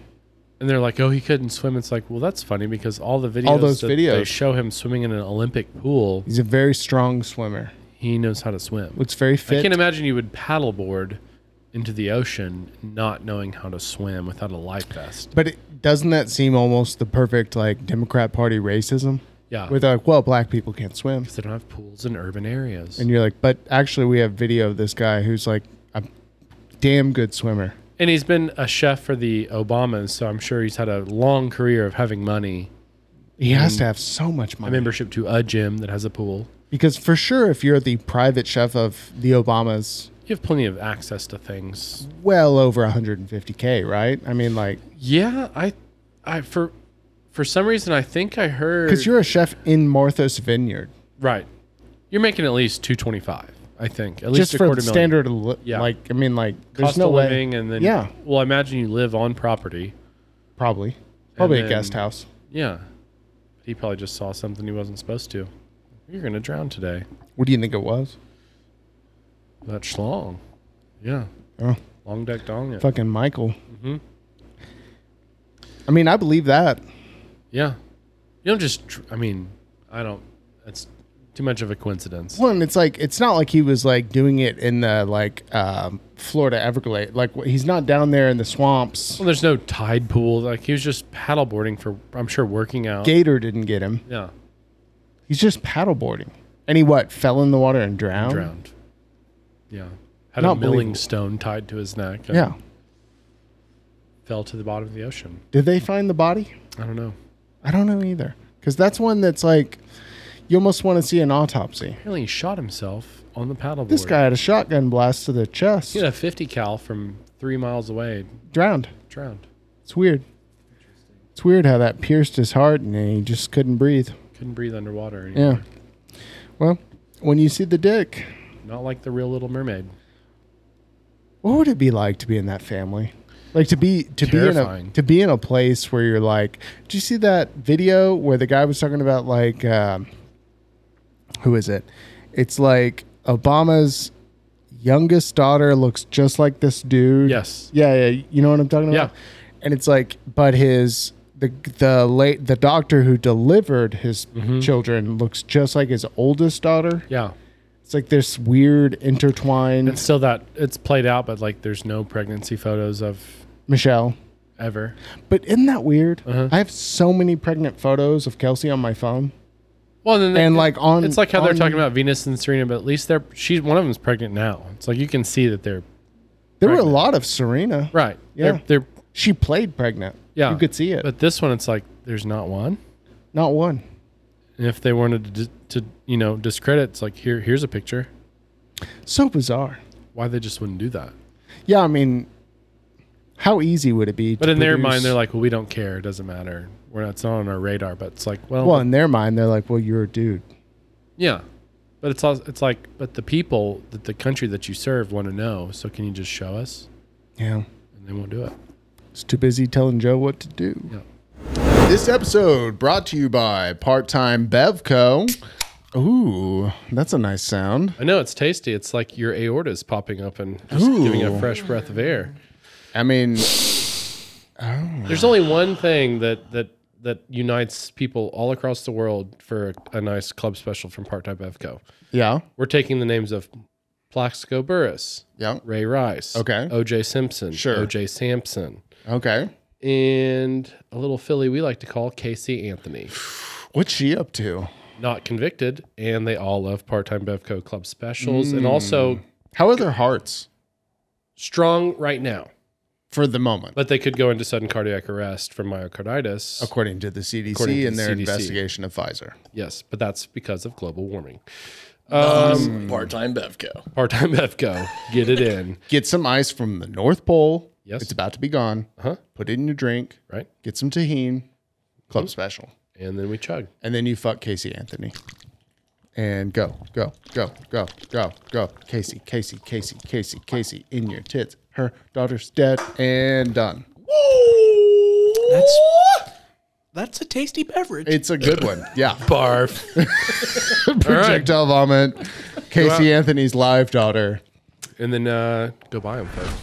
And they're like, "Oh, he couldn't swim." It's like, well, that's funny because all the videos,
All those
that they
videos.
show him swimming in an Olympic pool.
He's a very strong swimmer.
He knows how to swim.
Looks very fit.
I can't imagine you would paddleboard into the ocean not knowing how to swim without a life vest.
but it, doesn't that seem almost the perfect like Democrat Party racism?
Yeah,
Where they're like, well, black people can't swim.
because they don't have pools in urban areas.
And you're like, but actually, we have video of this guy who's like a damn good swimmer.
And he's been a chef for the Obamas, so I'm sure he's had a long career of having money,
He has to have so much
a
money.
membership to a gym that has a pool.
Because for sure, if you're the private chef of the Obamas,
You have plenty of access to things.
well over 150K, right? I mean, like,
Yeah, I, I for, for some reason I think I heard
because you're a chef in Martha's Vineyard.
right. You're making at least two twenty five. I think at least
Just
a
for
quarter
the
million.
standard, of li-
Yeah.
like, I mean, like, there's
cost
no
of
way.
living, and then
Yeah.
Well, I imagine you live on property.
Probably. Probably
then-
a guest house.
Yeah, he probably just saw something he wasn't supposed to. You're gonna drown today.
What do you think it was?
That schlong. Yeah.
Oh.
Long deck dong. it.
Fucking Michael. I mean, I believe that.
Yeah. You don't just, tr- I mean, I don't, that's too much of a coincidence.
One, it's like it's not like he was like doing it in the like um, Florida Everglades. Like wh- he's not down there in the swamps.
Well, there's no tide pool. Like, he was just paddleboarding for, I'm sure, working out.
Gator didn't get him.
yeah.
He's just paddleboarding. And he what? Fell in the water and drowned.
Drowned. Yeah. Had a
Not
milling
believable.
stone tied to his neck. and
Yeah.
Fell to the bottom of the ocean.
Did they find the body?
I don't know.
I don't know either. Because that's one that's like you almost want to see an autopsy.
Apparently, he shot himself on the paddleboard.
This guy had a shotgun blast to the chest.
He had a 50 cal from three miles away,
Drowned.
drowned.
It's weird. It's weird how that pierced his heart and he just couldn't breathe.
Couldn't breathe underwater.
Yeah.
Anymore.
Well, when you see the dick,
Not like the real Little Mermaid.
what would it be like to be in that family? Like to be to be in
Terrifying.
a to be in a place where you're like, did you see that video where the guy was talking about like, um, who is it? It's like Obama's youngest daughter looks just like this dude.
Yes.
Yeah, yeah. You know what I'm talking about?
Yeah.
And it's like, but his the the late the doctor who delivered his
Mm-hmm.
children looks just like his oldest daughter.
Yeah.
It's like this weird intertwined
It's still that it's played out, but like there's no pregnancy photos of
Michelle.
ever.
But isn't that weird?
Uh-huh.
I have so many pregnant photos of Kelsey on my phone.
Well, then
And like on
it's like how they're
on-
talking about Venus and Serena, but at least they're she's one of them's pregnant now. It's like you can see that they're
There were a
pregnant.
lot of Serena.
right.
Yeah.
They're, they're
She played pregnant.
yeah.
You could see it.
But this one, it's like there's not one.
Not one.
And if they wanted to, to you know discredit, it's like here here's a picture.
So bizarre.
Why they just wouldn't do that?
Yeah, I mean how easy would it be
But
to
in their
produce-
mind, they're like, well, we don't care. It doesn't matter. We're not. It's not on our radar. But it's like, well,
Well, in their mind they're like, Well, you're a dude.
yeah. But it's also, it's like, but the people that the country that you serve want to know. So can you just show us?
Yeah.
And they won't do it.
It's too busy telling Joe what to do.
Yeah.
This episode brought to you by Part Time Bevco. Ooh, that's a nice sound.
I know it's tasty. It's like your aorta is popping up and just
Ooh.
giving a fresh breath of air.
I mean,
There's only one thing that that that unites people all across the world for a, a nice club special from Part Time Bevco.
yeah,
We're taking the names of Plaxico Burris,
yeah,
Ray Rice,
Okay.
O.J. Simpson,
Sure.
O.J. Sampson,
okay.
and a little filly we like to call Casey Anthony.
What's she up to?
Not convicted, and they all love Part Time Bevco club specials, and also
How are their hearts
strong right now.
for the moment,
But they could go into sudden cardiac arrest from myocarditis.
according to the CDC
According to
and
the
their
CDC.
investigation of Pfizer?
Yes, but that's because of global warming.
part time Bevco.
Part time EFCO, get it in,
Get some ice from the North Pole.
Yes.
It's about to be gone.
Uh-huh.
Put it in your drink.
right? Mm-hmm.
Get some tahine. Club special.
And then we chug.
and then you fuck Casey Anthony. And go, go, go, go, go, go. Casey, Casey, Casey, Casey, Casey, in your tits. Her daughter's dead and done.
That's
That's a tasty beverage.
It's a good one. Yeah.
Barf.
Projectile vomit. Casey Anthony's live daughter.
and then uh, go buy them, folks.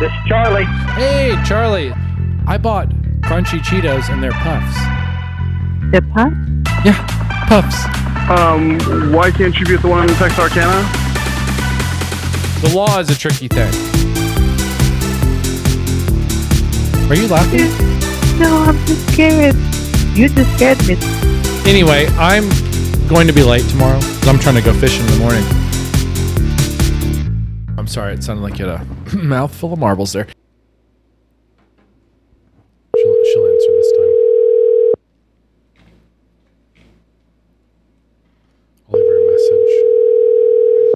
This Charlie.
Hey, Charlie, I bought crunchy Cheetos and their puffs.
Hip hop?
Yeah, puffs.
Um, why can't you be at the one in Texarkana?
The law is a tricky thing. Are you laughing?
No, I'm just scared. You just scared me.
Anyway, I'm going to be late tomorrow 'cause I'm trying to go fishing in the morning. I'm sorry, it sounded like you had a mouthful of marbles there. She'll, she'll answer this time. I'll leave her a message.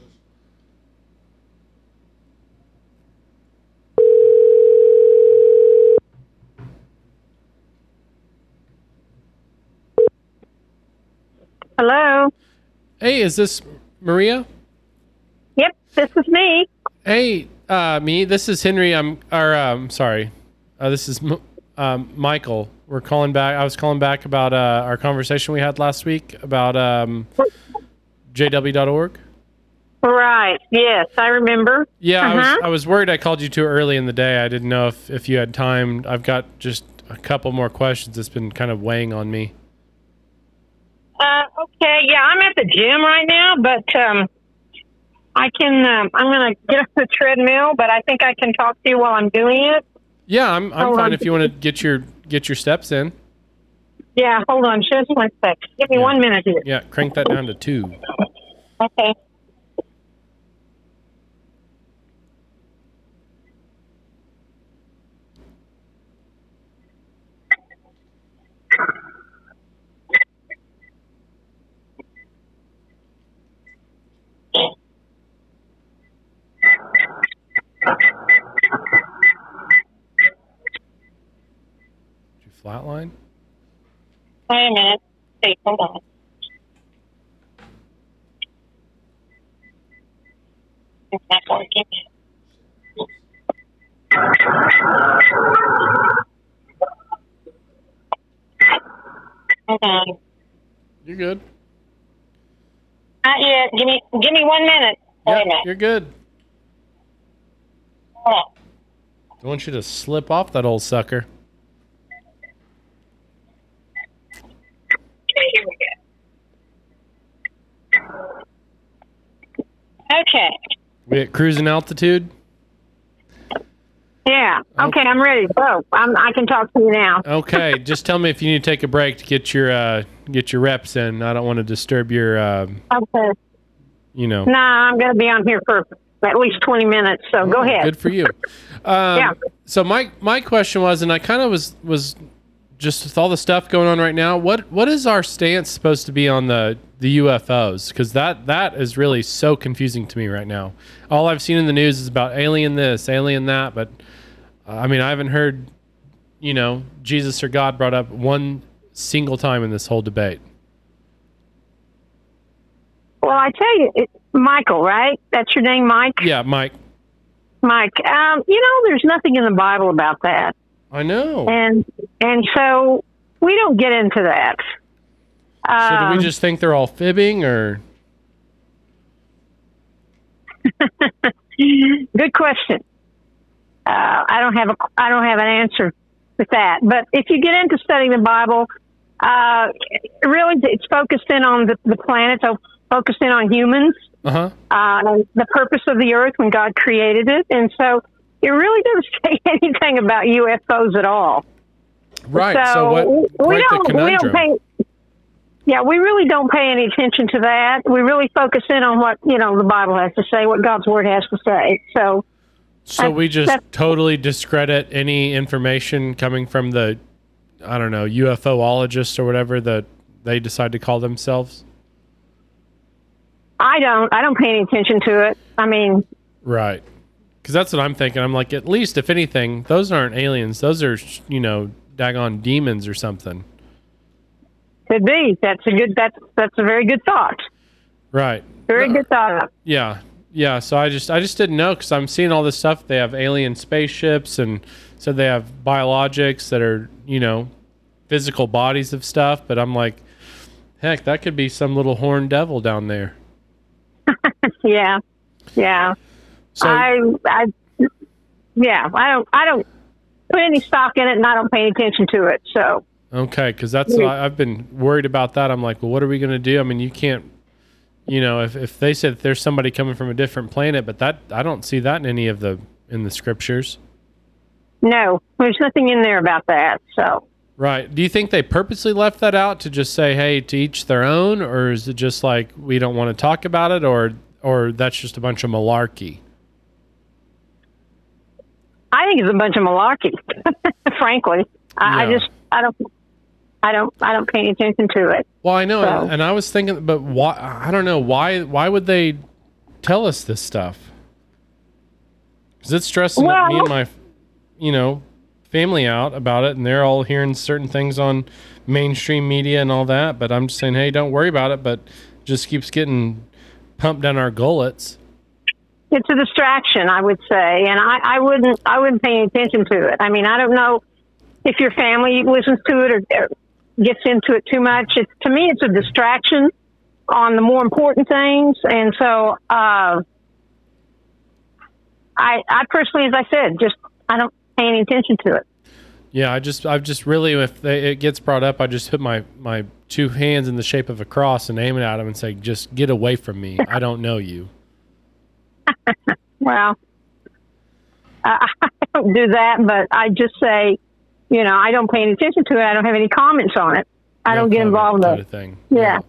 Hello?
Hey, is this Maria?
Yep, this is me.
Hey, uh, me. This is Henry. I'm. Or um, sorry. Uh, this is M- um, Michael. We're calling back. I was calling back about uh, our conversation we had last week about um, JW.org.
Right. Yes, I remember.
Yeah, I, was,
Uh-huh.
I was worried. I called you too early in the day. I didn't know if if you had time. I've got just a couple more questions. It's been kind of weighing on me.
Uh, okay. Yeah, I'm at the gym right now, but um, I can. Um, I'm gonna get off the treadmill, but I think I can talk to you while I'm doing it.
Yeah, I'm. I'm
Hold
fine
on.
if you want to get your get your steps in.
Yeah. Hold on, just one sec. Give me one minute here.
Yeah, crank that down to two.
Okay.
Did you flatline?
Wait a minute. Wait, hold on. It's not working. Hold on.
You're good.
Not yet. Give me give me one minute. Wait a
Yeah,
minute.
you're good.
Hold on.
I want you to slip off that old sucker.
Okay, here we go. Okay.
We at cruising altitude.
Yeah. Okay, I'm ready. Go. I'm, I can talk to you now.
Okay, just tell me if you need to take a break to get your uh, get your reps in. I don't want to disturb your, uh,
Okay.
you know.
No, I'm going to be on here for at least 20 minutes, so go ahead.
Mm, Good for you. Um,
Yeah.
So my my question was, and I kind of was was just with all the stuff going on right now. What what is our stance supposed to be on the the UFOs? Because that that is really so confusing to me right now. All I've seen in the news is about alien this, alien that, but uh, I mean I haven't heard you know Jesus or God brought up one single time in this whole debate.
Well, I tell you, it, Michael, right? That's your name, Mike?
Yeah, Mike.
Mike. Um, you know, there's nothing in the Bible about that.
I know.
And and so we don't get into that.
so do
Um,
we just think they're all fibbing or?
good question. Uh, I don't have a I don't have an answer with that. But if you get into studying the Bible, uh, really it's focused in on the, the planet, so focused in on humans.
Uh huh.
uh, the purpose of the earth when God created it. And so it really doesn't say anything about UFOs at all.
Right. So,
so
what?
we,
break the
don't, we don't
conundrum.
pay. Yeah, we really don't pay any attention to that. We really focus in on what you know the Bible has to say, what God's Word has to say. So
So
That's-
we just
that's-
totally discredit any information coming from the, I don't know, UFOologists or whatever that they decide to call themselves.
I don't, I don't pay any attention to it. I mean,
Right. Because that's what I'm thinking. I'm like, at least if anything, those aren't aliens. Those are, you know, daggone demons or something.
could be that's a good that's that's a very good thought,
Right.
very good thought.
Yeah. Yeah. So I just, I just didn't know because I'm seeing all this stuff. They have alien spaceships and so they have biologics that are, you know, physical bodies of stuff, but I'm like, heck, that could be some little horned devil down there.
yeah, yeah.
So
I, I, yeah, I don't, I don't put any stock in it, and I don't pay any attention to it. So
Okay, because that's I, I've been worried about that. I'm like, well, what are we going to do? I mean, you can't, you know, if, if they said that there's somebody coming from a different planet, but that I don't see that in any of the in the scriptures,
no, there's nothing in there about that. So
right? Do you think they purposely left that out to just say, hey, to each their own, or is it just like we don't want to talk about it, or or that's just a bunch of malarkey?
I think it's a bunch of malarkey. frankly, I, I
Yeah.
just, I don't, I don't, I don't pay any attention to it.
Well, I know, and,
So-
and I was thinking, but why? I don't know why. Why would they tell us this stuff? Because it's stressing out me and
Well-
my, you know, family out about it, and they're all hearing certain things on mainstream media and all that. But I'm just saying, hey, don't worry about it. But it just keeps getting pumped down our gullets.
it's a distraction, I would say, and I, I wouldn't I wouldn't pay any attention to it. I mean, I don't know if your family listens to it or, or gets into it too much. It's to me, it's a distraction on the more important things, and so uh, I I personally, as I said, just I don't pay any attention to it.
Yeah, I just, I've just really, if they, it gets brought up, I just put my my two hands in the shape of a cross and aim it at them and say, just get away from me. I don't know you.
Well, I, I don't do that, but I just say, you know, I don't pay any attention to it. I don't have any comments on it. I
No
don't get
comment
involved in
Kind
it.
of thing.
Yeah.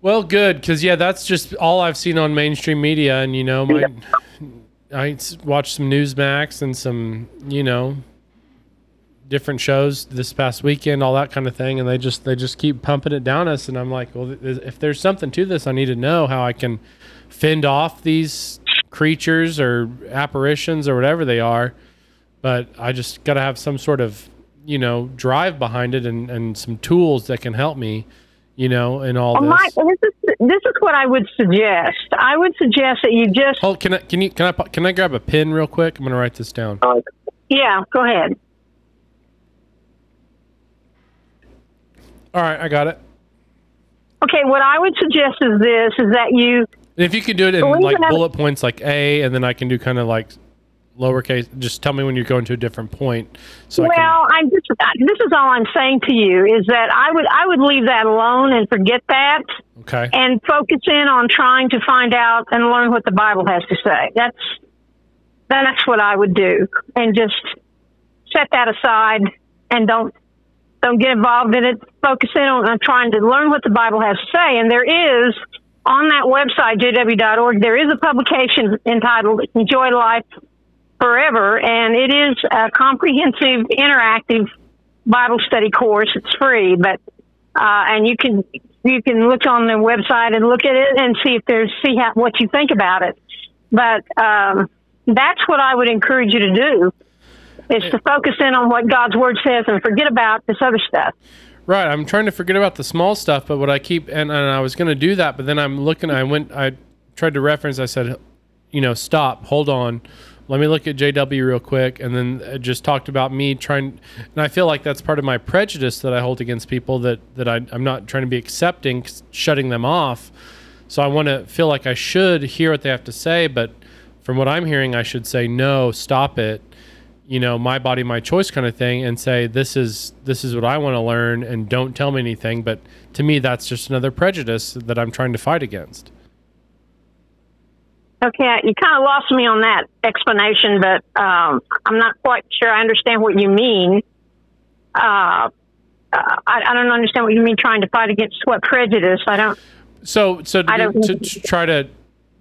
Well, good because yeah, that's just all I've seen on mainstream media, and you know, my I s- watched some Newsmax and some you know different shows this past weekend, all that kind of thing, and they just they just keep pumping it down us, and I'm like, well, th- if there's something to this, I need to know how I can fend off these creatures or apparitions or whatever they are, but I just got to have some sort of you know drive behind it and and some tools that can help me. You know, and all
Well,
this.
Mike, this is this is what I would suggest. I would suggest that you just
Hold, can I can you can I pu- can I grab a pen real quick? I'm gonna write this down.
yeah, go ahead.
All right, I got it.
Okay, what I would suggest is this: is that you
And if you could do it in
Well, we
like
can have-
bullet points, like A, and then I can do kind of like lowercase. Just tell me when you're going to a different point. So I can,
well, I'm just this is all I'm saying to you is that I would I would leave that alone and forget that
okay.
and focus in on trying to find out and learn what the Bible has to say. That's that's what I would do, and just set that aside and don't don't get involved in it. Focus in on, on trying to learn what the Bible has to say. And there is on that website jw.org there is a publication entitled "Enjoy Life Forever," and it is a comprehensive, interactive Bible study course. It's free, but uh, and you can you can look on the website and look at it and see if there's see how what you think about it. But um, that's what I would encourage you to do is to focus in on what God's word says and forget about this other stuff.
Right, I'm trying to forget about the small stuff, but what I keep and, and I was going to do that, but then I'm looking. I went. I tried to reference. I said, you know, stop, hold on, let me look at JW real quick, and then it just talked about me trying. And I feel like that's part of my prejudice that I hold against people that that I, I'm not trying to be accepting, shutting them off. So I want to feel like I should hear what they have to say, but from what I'm hearing, I should say no, stop it you know my body my choice kind of thing and say this is this is what i want to learn and don't tell me anything but to me that's just another prejudice that i'm trying to fight against
Okay, you kind of lost me on that explanation, but um, I'm not quite sure I understand what you mean. Uh, uh, I, I don't understand what you mean trying to fight against what prejudice. I don't.
so so
I
to,
don't-
to, to try to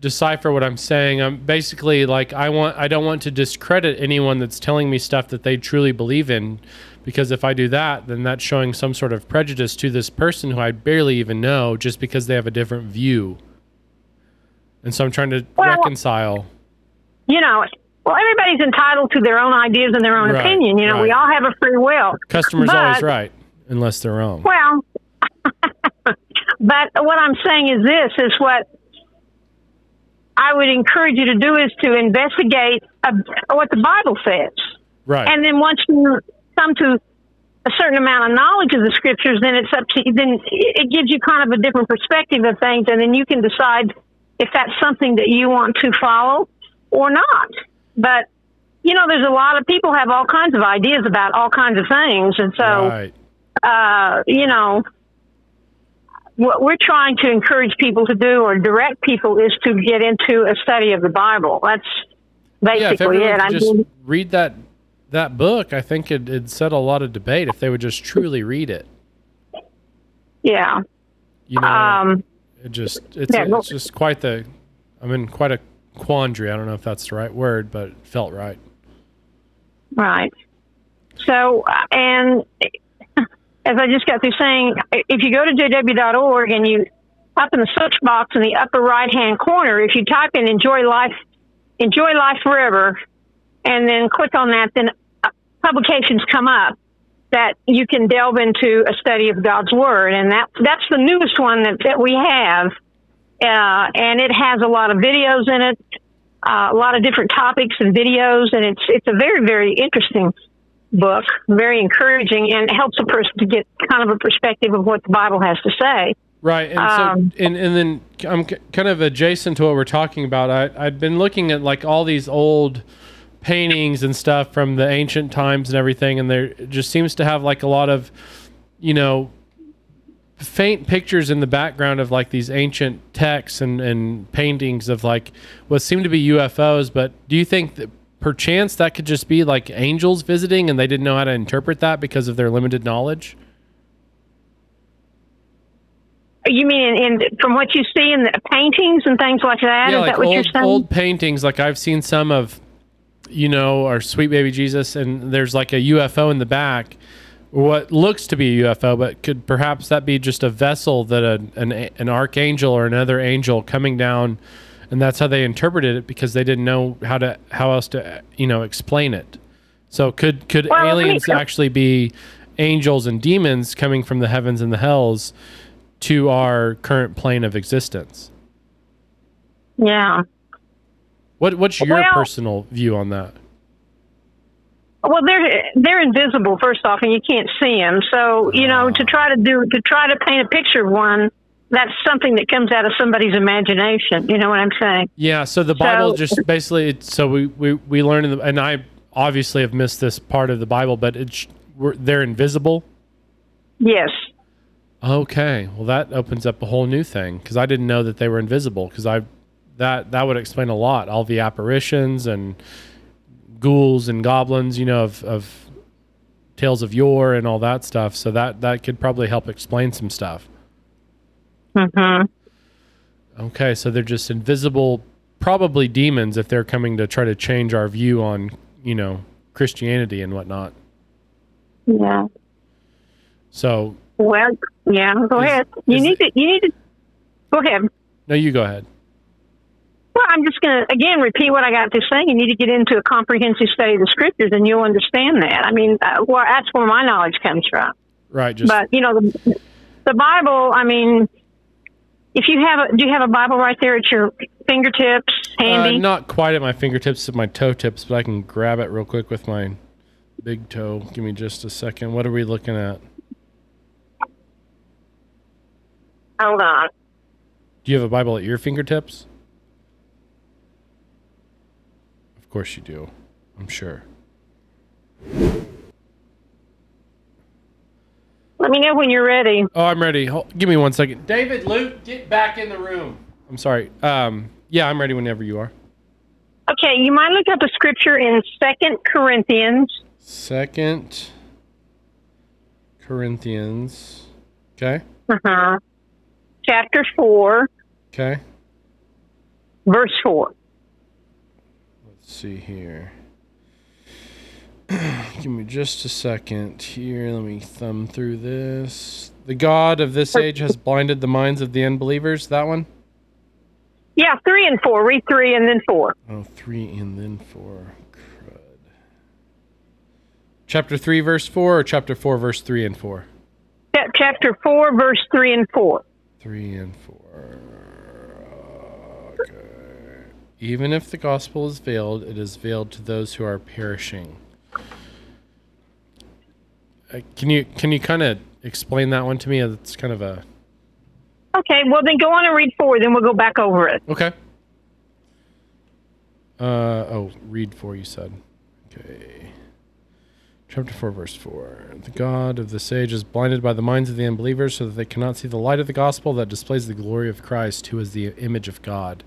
decipher what i'm saying i'm basically like i want i don't want to discredit anyone that's telling me stuff that they truly believe in because if i do that then that's showing some sort of prejudice to this person who i barely even know just because they have a different view and so i'm trying to
Well,
reconcile
you know, well, everybody's entitled to their own ideas and their own
Right,
opinion. You know, we
right.
all have a free will.
Customer's
But-
always right, unless they're wrong.
Well, but what I'm saying is this is what I would encourage you to do is to investigate uh, what the Bible says.
Right.
And then once you come to a certain amount of knowledge of the scriptures, then it's up to then it gives you kind of a different perspective of things, and then you can decide if that's something that you want to follow or not. But you know, there's a lot of people have all kinds of ideas about all kinds of things, and so
Right.
uh, you know, what we're trying to encourage people to do or direct people is to get into a study of the Bible. That's
Yeah, if
basically
everyone
it.
could
I
just
mean,
read that that book, I think it, it'd settle a lot of debate if they would just truly read it.
yeah.
You know,
Um,
it just it's,
yeah, go-
it's just quite the I'm in quite a quandary. I don't know if that's the right word, but it felt right.
Right. So, uh, and as I just got through saying, if you go to jw.org and you up in the search box in the upper right hand corner, if you type in enjoy life, enjoy life forever, and then click on that, then uh, publications come up that you can delve into a study of God's Word. And that, that's the newest one that, that we have. Uh, and it has a lot of videos in it uh, a lot of different topics and videos, and it's it's a very very interesting book, very encouraging, and helps a person to get kind of a perspective of what the Bible has to say.
Right, and
Um,
so and and then k- I'm k- kind of adjacent to what we're talking about. I I'd been looking at like all these old paintings and stuff from the ancient times and everything, and there it just seems to have like a lot of, you know, faint pictures in the background of like these ancient texts and and paintings of like what seem to be UFOs. But do you think that? Perchance that could just be like angels visiting, and they didn't know how to interpret that because of their limited knowledge.
You mean in, in from what you see in the paintings and things like that? Is
yeah, like
that what
old,
you're saying?
old paintings. Like I've seen some of, you know, our sweet baby Jesus, and there's like a UFO in the back, what looks to be a UFO, but could perhaps that be just a vessel that a, an an archangel or another angel coming down, and that's how they interpreted it because they didn't know how to how else to you know explain it. So could could
Well, let me-
aliens actually be angels and demons coming from the heavens and the hells to our current plane of existence?
yeah.
What what's your
Well-
personal view on that?
Well, they're they're invisible first off, and you can't see them. So you know, to try to do to try to paint a picture of one, that's something that comes out of somebody's imagination. You know what I'm saying?
Yeah, so the Bible
So-
just basically it's- so we we we learn in the and I obviously have missed this part of the Bible, but it's we're, they're invisible.
Yes.
Okay, well that opens up a whole new thing because I didn't know that they were invisible because I that that would explain a lot all the apparitions and ghouls and goblins you know of of tales of yore and all that stuff so that that could probably help explain some stuff mm-hmm. okay so they're just invisible probably demons if they're coming to try to change our view on you know christianity and whatnot
Yeah.
so
Well, yeah. Go
Is-
ahead. You
is
need to. You need to. Go ahead.
no you go ahead
Well, I'm just going to again repeat what I got to say. You need to get into a comprehensive study of the scriptures, and you'll understand that. I mean, uh, well, that's where my knowledge comes from.
right just
But you know, the, the Bible. I mean, if you have, a, do you have a Bible right there at your fingertips, handy?
Uh, not quite at my fingertips, at my toe tips, but I can grab it real quick with my big toe. Give me just a second. What are we looking at?
Hold on.
Do you have a Bible at your fingertips? Of course you do. I'm sure.
Let me know when you're ready.
Oh, I'm ready. Hol- give me one second. David, Luke, get back in the room. I'm sorry. Um, yeah, I'm ready whenever you are.
Okay, you might look up a scripture in Second Corinthians.
Second Corinthians. Okay.
Uh-huh. Chapter 4,
Okay.
verse 4.
Let's see here. Give me just a second here. Let me thumb through this. The God of this age has blinded the minds of the unbelievers. That one?
Yeah, three and four. Read three and then four.
Oh, three and then four. Crud. Chapter 3, verse 4, or chapter 4, verse 3 and 4?
Chap- Chapter four, verse three and four.
3 and 4. Okay. Even if the gospel is veiled, it is veiled to those who are perishing. Uh, Can you can you kind of explain that one to me? It's kind of a
Okay, well then go on and read four. Then we'll go back over it.
okay. Uh oh, read four. You said okay. Chapter four, verse four. The God of this age is blinded by the minds of the unbelievers, so that they cannot see the light of the gospel that displays the glory of Christ, who is the image of God.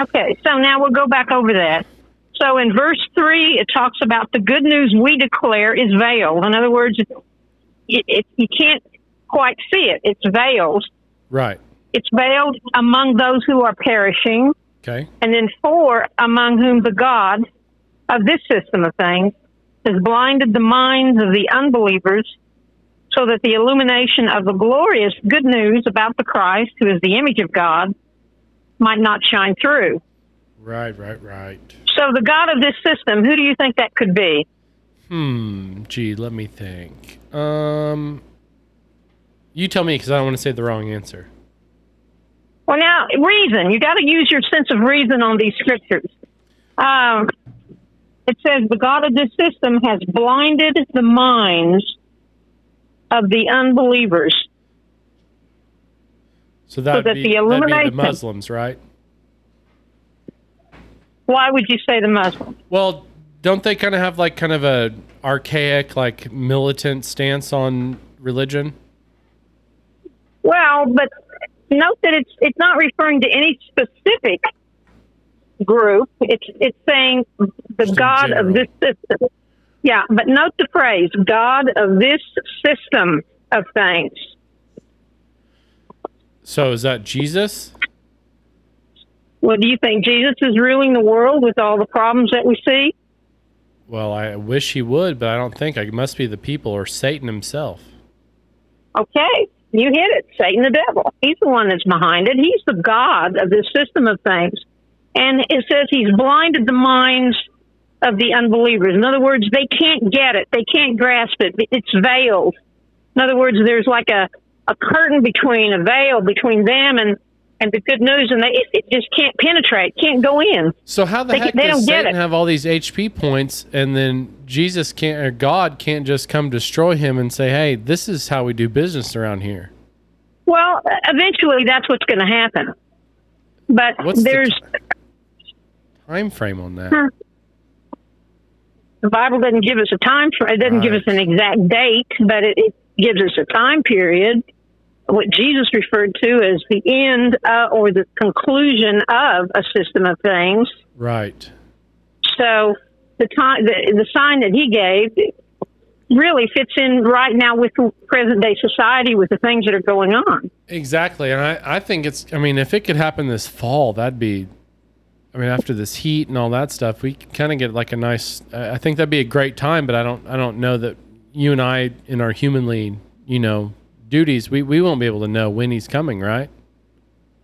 Okay, so now we'll go back over that. So in verse 3, it talks about the good news we declare is veiled. In other words, it, it, you can't quite see it, it's veiled.
Right.
It's veiled among those who are perishing,
Okay.
and then 4, among whom the God of this system of things has blinded the minds of the unbelievers so that the illumination of the glorious good news about the Christ, who is the image of God, might not shine through.
Right. Right. Right.
So the god of this system, who do you think that could be?
Hmm. Gee, let me think. Um. You tell me, because I don't want to say the wrong answer.
Well, now reason. You got to use your sense of reason on these scriptures. Um, it says the god of this system has blinded the minds of the unbelievers.
So that
that
be, that'd
the
be the
illumination-
Muslims, right?
Why would you say the Muslims?
Well, don't they kind of have like kind of a archaic, like militant stance on religion?
Well, but note that it's it's not referring to any specific group. It's it's saying the
in
God of
general.
this system. Yeah, but note the phrase God of this system of things.
So is that Jesus?
Well, do you think Jesus is ruling the world with all the problems that we see?
Well, I wish he would, but I don't think. I it must be the people or Satan himself.
Okay, you hit it. Satan the devil. He's the one that's behind it. He's the God of this system of things. And it says he's blinded the minds of the unbelievers. In other words, they can't get it, they can't grasp it. It's veiled. In other words, there's like a, a curtain between, a veil between them and, and the good news, and they, it, it just can't penetrate, can't go in.
So how the
They-
heck
they
does
don't get
Satan
it.
have all these HP points, and then Jesus can't or God can't just come destroy him and say, "Hey, this is how we do business around here."
Well, eventually that's what's going to happen. But
What's the
there's
Time frame on
Hmm.
that?
the Bible doesn't give us a time frame. It doesn't give
Right.
us an exact date, but it, it gives us a time period. What Jesus referred to as the end uh, or the conclusion of a system of things.
Right.
So the time, the, the sign that he gave, really fits in right now with present day society with the things that are going on.
Exactly. And I, I think it's, I mean, if it could happen this fall, that'd be, I mean, after this heat and all that stuff, we kind of get like a nice, I I think that'd be a great time, but I don't, I don't know that you and I in our humanly, you know, duties, we, we won't be able to know when he's coming, right?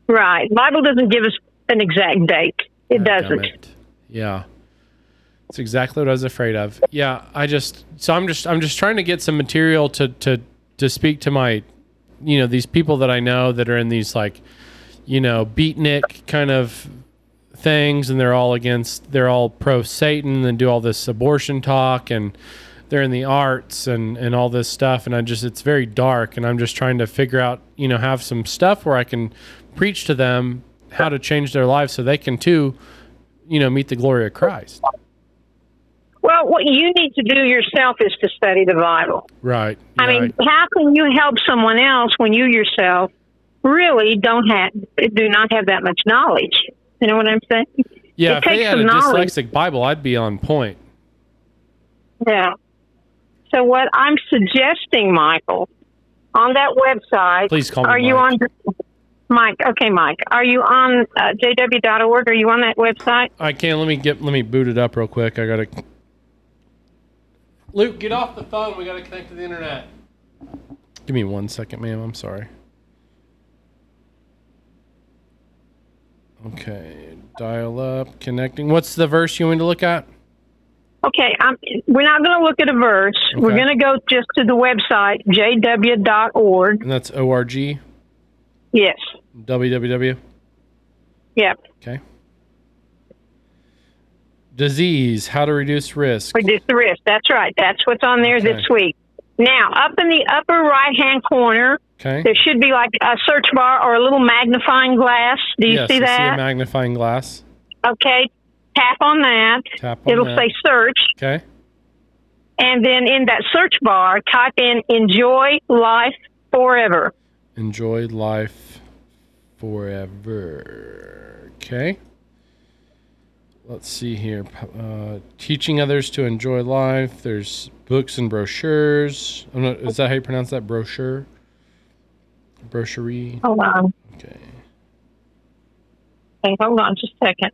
Right. Bible doesn't give us an exact date.
God
It
damn
doesn't.
it. Yeah. That's exactly what I was afraid of. Yeah, I just so I'm just I'm just trying to get some material to to to speak to my you know, these people that I know that are in these like you know, beatnik kind of things and they're all against they're all pro Satan and do all this abortion talk and they're in the arts and and all this stuff and I just it's very dark and I'm just trying to figure out, you know, have some stuff where I can preach to them how to change their lives so they can too, you know, meet the glory of Christ.
Well, what you need to do yourself is to study the Bible.
Right.
I mean, how can you help someone else when you yourself really don't have do not have that much knowledge? You know what I'm saying?
yeah,
it
if they
takes
had a
some knowledge.
dyslexic Bible, I'd be on point.
Yeah. So what I'm suggesting, Michael, on that website,
Please call me
Are you
Mike.
on? Mike, okay, Mike. Are you on uh, jw.org? Are you on that website?
I can't let me get let me boot it up real quick. I gotta Luke, get off the phone. We gotta connect to the internet. Give me one second, ma'am. I'm sorry. Okay, dial up, connecting. What's the verse you want to look at?
Okay, I'm, we're not going to look at a verse. We're
Okay.
going to go just to the website jw.org.
And that's ORG,
Yes.
www.
Yep.
Okay. Disease, how to reduce risk.
Reduce the risk. That's right. That's what's on there
Okay.
this week. Now, up in the upper right hand corner,
Okay.
there should be like a search bar or a little magnifying glass. Do you
yes,
see
I see a
that?
magnifying glass.
okay. Tap on that.
Tap on
It'll
that.
say search.
Okay.
And then in that search bar, type in enjoy life forever.
Enjoy life forever. Okay. Let's see here. Uh, teaching others to enjoy life. There's books and brochures. I'm not, is that how you pronounce that? Brochure? Brochure.
Hold on.
Okay.
Okay, hold on just a second.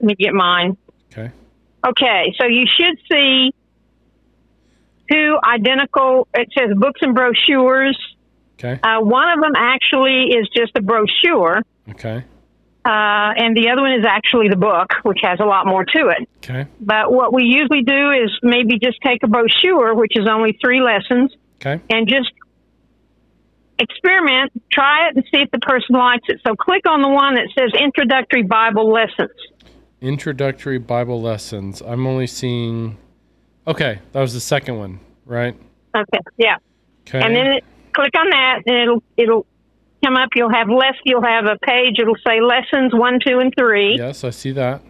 Let me get mine.
Okay.
Okay, so you should see two identical, it says books and brochures.
Okay.
Uh, one of them actually is just a brochure, uh,
Okay.
and the other one is actually the book, which has a lot more to it.
Okay.
But what we usually do is maybe just take a brochure, which is only three lessons,
Okay.
and just experiment, try it, and see if the person likes it. So click on the one that says Introductory Bible Lessons.
Introductory Bible lessons. I'm only seeing. Okay. That was the second one, right?
Okay, yeah.
Okay.
and then it, click on that and it'll it'll come up you'll have less you'll have a page it'll say lessons one two and three
yes, I see that.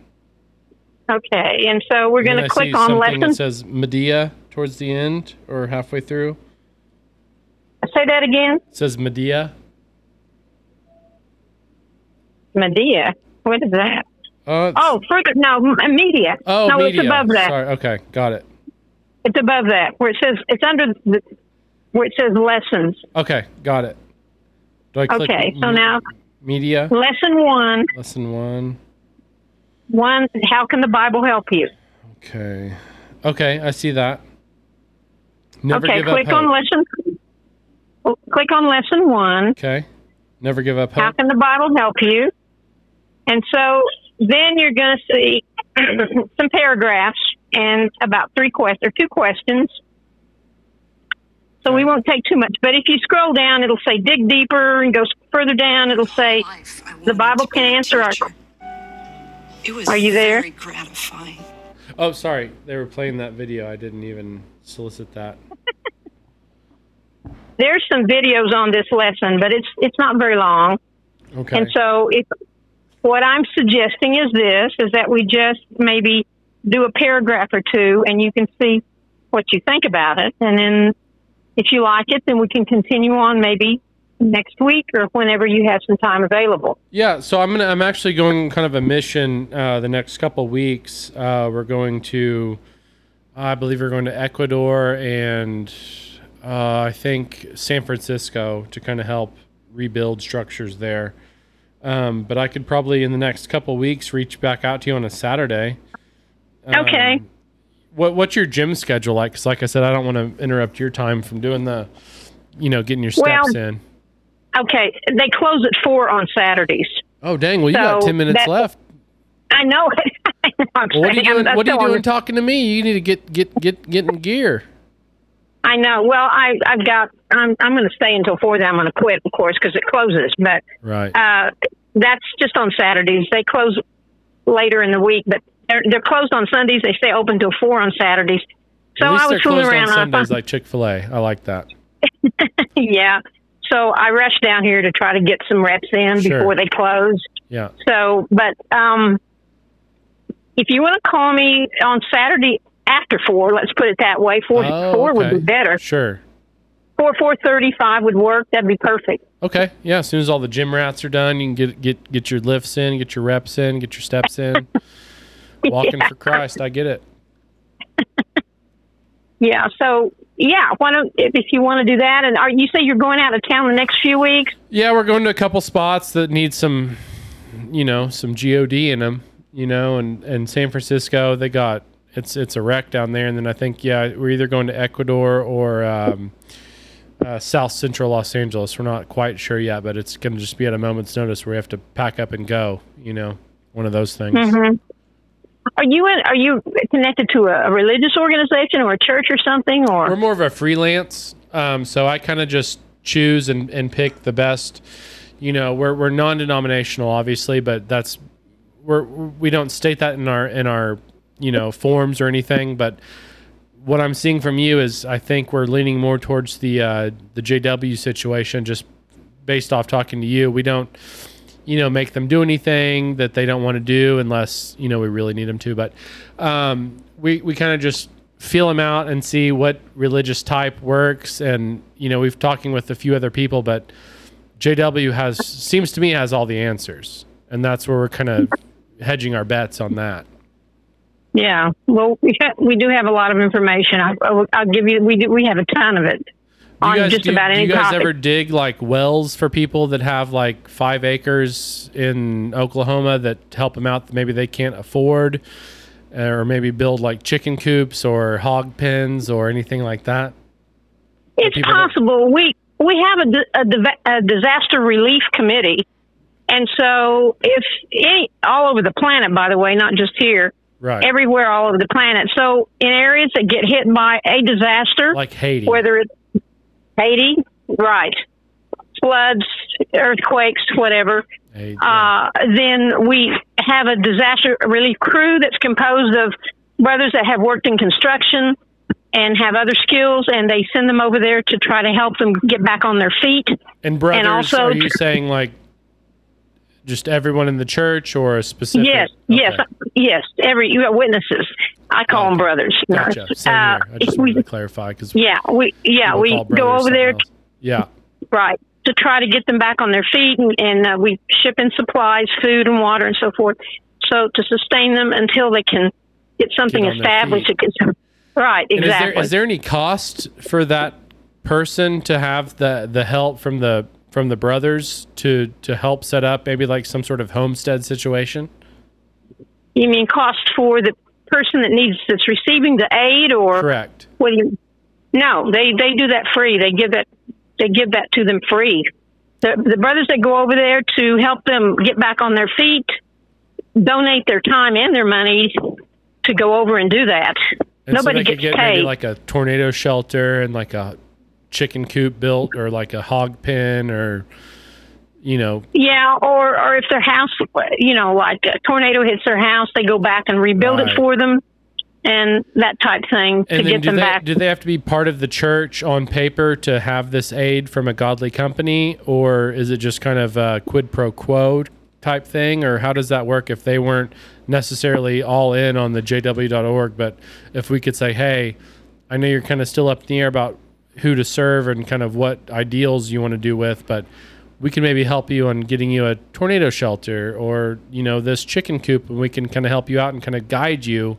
okay and so we're going
And
to
I see
click on
something that
lessons
says Medea towards the end or halfway through.
say that again
It says Medea.
medea what is that
Uh, it's-
oh further no m- media
oh,
no
Medea.
it's above that
Sorry. Okay, got it.
it's above that where it says it's under the, where it says lessons
Okay, got it. Do I click
okay so
me-
now
Media
lesson one
lesson one.
one how can the bible help you
Okay, okay, I see that. Never
okay
give up
click
hope.
on lesson click on lesson one
okay, never give up
How
hope.
can the Bible help you? And so then you're going to see some paragraphs and about three questions or two questions. So we won't take too much, but if you scroll down, it'll say dig deeper and goes further down. It'll say
Life, I
the
wanted
Bible
to be
can
a
answer our.
teacher. It was
Are you there?
Very gratifying.
Oh, sorry, they were playing that video. I didn't even solicit that.
There's some videos on this lesson, but it's it's not very long.
Okay.
And so if what I'm suggesting is this is that we just maybe do a paragraph or two and you can see what you think about it and then if you like it then we can continue on maybe next week or whenever you have some time available.
Yeah, so I'm gonna. I'm actually going kind of a mission uh, the next couple weeks. Uh, we're going to, I believe, we're going to Ecuador and uh, I think San Francisco to kind of help rebuild structures there. Um, but I could probably in the next couple weeks reach back out to you on a Saturday. Um,
okay.
What What's your gym schedule like? Because like I said, I don't want to interrupt your time from doing the, you know, getting your
Well-
steps in.
Okay. They close at 4 on Saturdays.
Oh dang! Well, you got
So
ten minutes
that-
left.
I know. I'm
Well, what are you
saying, I'm-
doing?
I'm
What are
so
you doing
on-
talking to me? You need to get get get get in gear.
I know. Well, I I've got I'm I'm going to stay until 4 then I'm going to quit of course because it closes, but
Right.
uh, that's just on Saturdays. They close later in the week, but they're, they're closed on Sundays. They stay open till four on Saturdays. So
At least
I
they're
was fooling
closed
around.
on
and I
Sundays,
thought-
like Chick Fil A. I like that.
yeah. So I rushed down here to try to get some reps in
Sure.
before they close.
Yeah.
So, but um, if you want to call me on Saturday after four, let's put it that way. Four
Oh,
four would
okay.
be better.
Sure.
Four four thirty five would work. That'd be perfect.
Okay. Yeah. As soon as all the gym rats are done, you can get get get your lifts in, get your reps in, get your steps in. Walking for Christ. I get it.
Yeah. So yeah, why don't if if you want to do that? And are you say you're going out of town the next few weeks?
Yeah, we're going to a couple spots that need some, you know, some god in them. You know, and and San Francisco, they got it's it's a wreck down there. And then I think yeah, we're either going to Ecuador or um, uh, South Central Los Angeles. We're not quite sure yet, but it's going to just be at a moment's notice where we have to pack up and go. You know, one of those things.
Are you in, are you connected to a, a religious organization or a church or something? Or
We're more of a freelance, um, so I kind of just choose and, and pick the best. You know, we're we're non-denominational, obviously, but that's we're we don't state that in our in our you know forms or anything, but what I'm seeing from you is I think we're leaning more towards the uh, the JW situation, just based off talking to you. We don't, you know, make them do anything that they don't want to do unless you know we really need them to. But um, we we kind of just feel them out and see what religious type works. And you know, we've talking with a few other people, but JW has seems to me has all the answers, and that's where we're kind of hedging our bets on that.
Yeah. Well, we, ha- we do have a lot of information. I, I will- I'll give you. We do, we have a ton of it
Do
on just
do,
about
do
any
you guys
topic.
ever dig like wells for people that have like five acres in Oklahoma that help them out? That maybe they can't afford, uh, or maybe build like chicken coops or hog pens or anything like that.
it's
people that-
possible. We we have a, di- a, div- a disaster relief committee, and so if any, all over the planet, by the way, not just here,
Right,
everywhere all over the planet. So in areas that get hit by a disaster,
like Haiti.
whether it's Haiti, right, floods, earthquakes, whatever.
Haiti, yeah.
Uh, then we have a disaster relief crew that's composed of brothers that have worked in construction and have other skills, and they send them over there to try to help them get back on their feet.
and brothers,
also-
are you saying like just everyone in the church or a specific?
Yes, yes,
Okay.
yes. Every you got witnesses. I call them brothers.
Gotcha. Same
Uh,
here. I just
we-
wanted to clarify because
yeah, we yeah we go over there
Yeah.
right to try to get them back on their feet, and, and uh, we ship in supplies, food and water and so forth, so to sustain them until they can get something
Get on their
established.
feet.
that can- Right,
And
exactly.
Is there, is there any cost for that person to have the the help from the from the brothers to to help set up maybe like some sort of homestead situation?
You mean cost for the person that needs that's receiving the aid, or
Correct.
what do you? No, they they do that free. They give that they give that to them free. The, the brothers that go over there to help them get back on their feet donate their time and their money to go over and do that.
And so
Nobody
they
gets
could get
paid.
maybe like a tornado shelter and like a chicken coop built or like a hog pen or you know
yeah, or or if their house, you know, like a tornado hits their house, they go back and rebuild
Right.
it for them, and that type thing
and
to
then
get
do
them
they
back.
do they have to be part of the church on paper to have this aid from a godly company or is it just kind of a quid pro quo type thing or how does that work if they weren't necessarily all in on the jw.org but if we could say hey i know you're kind of still up in the air about who to serve and kind of what ideals you want to do with but we can maybe help you on getting you a tornado shelter or you know this chicken coop and we can kind of help you out and kind of guide you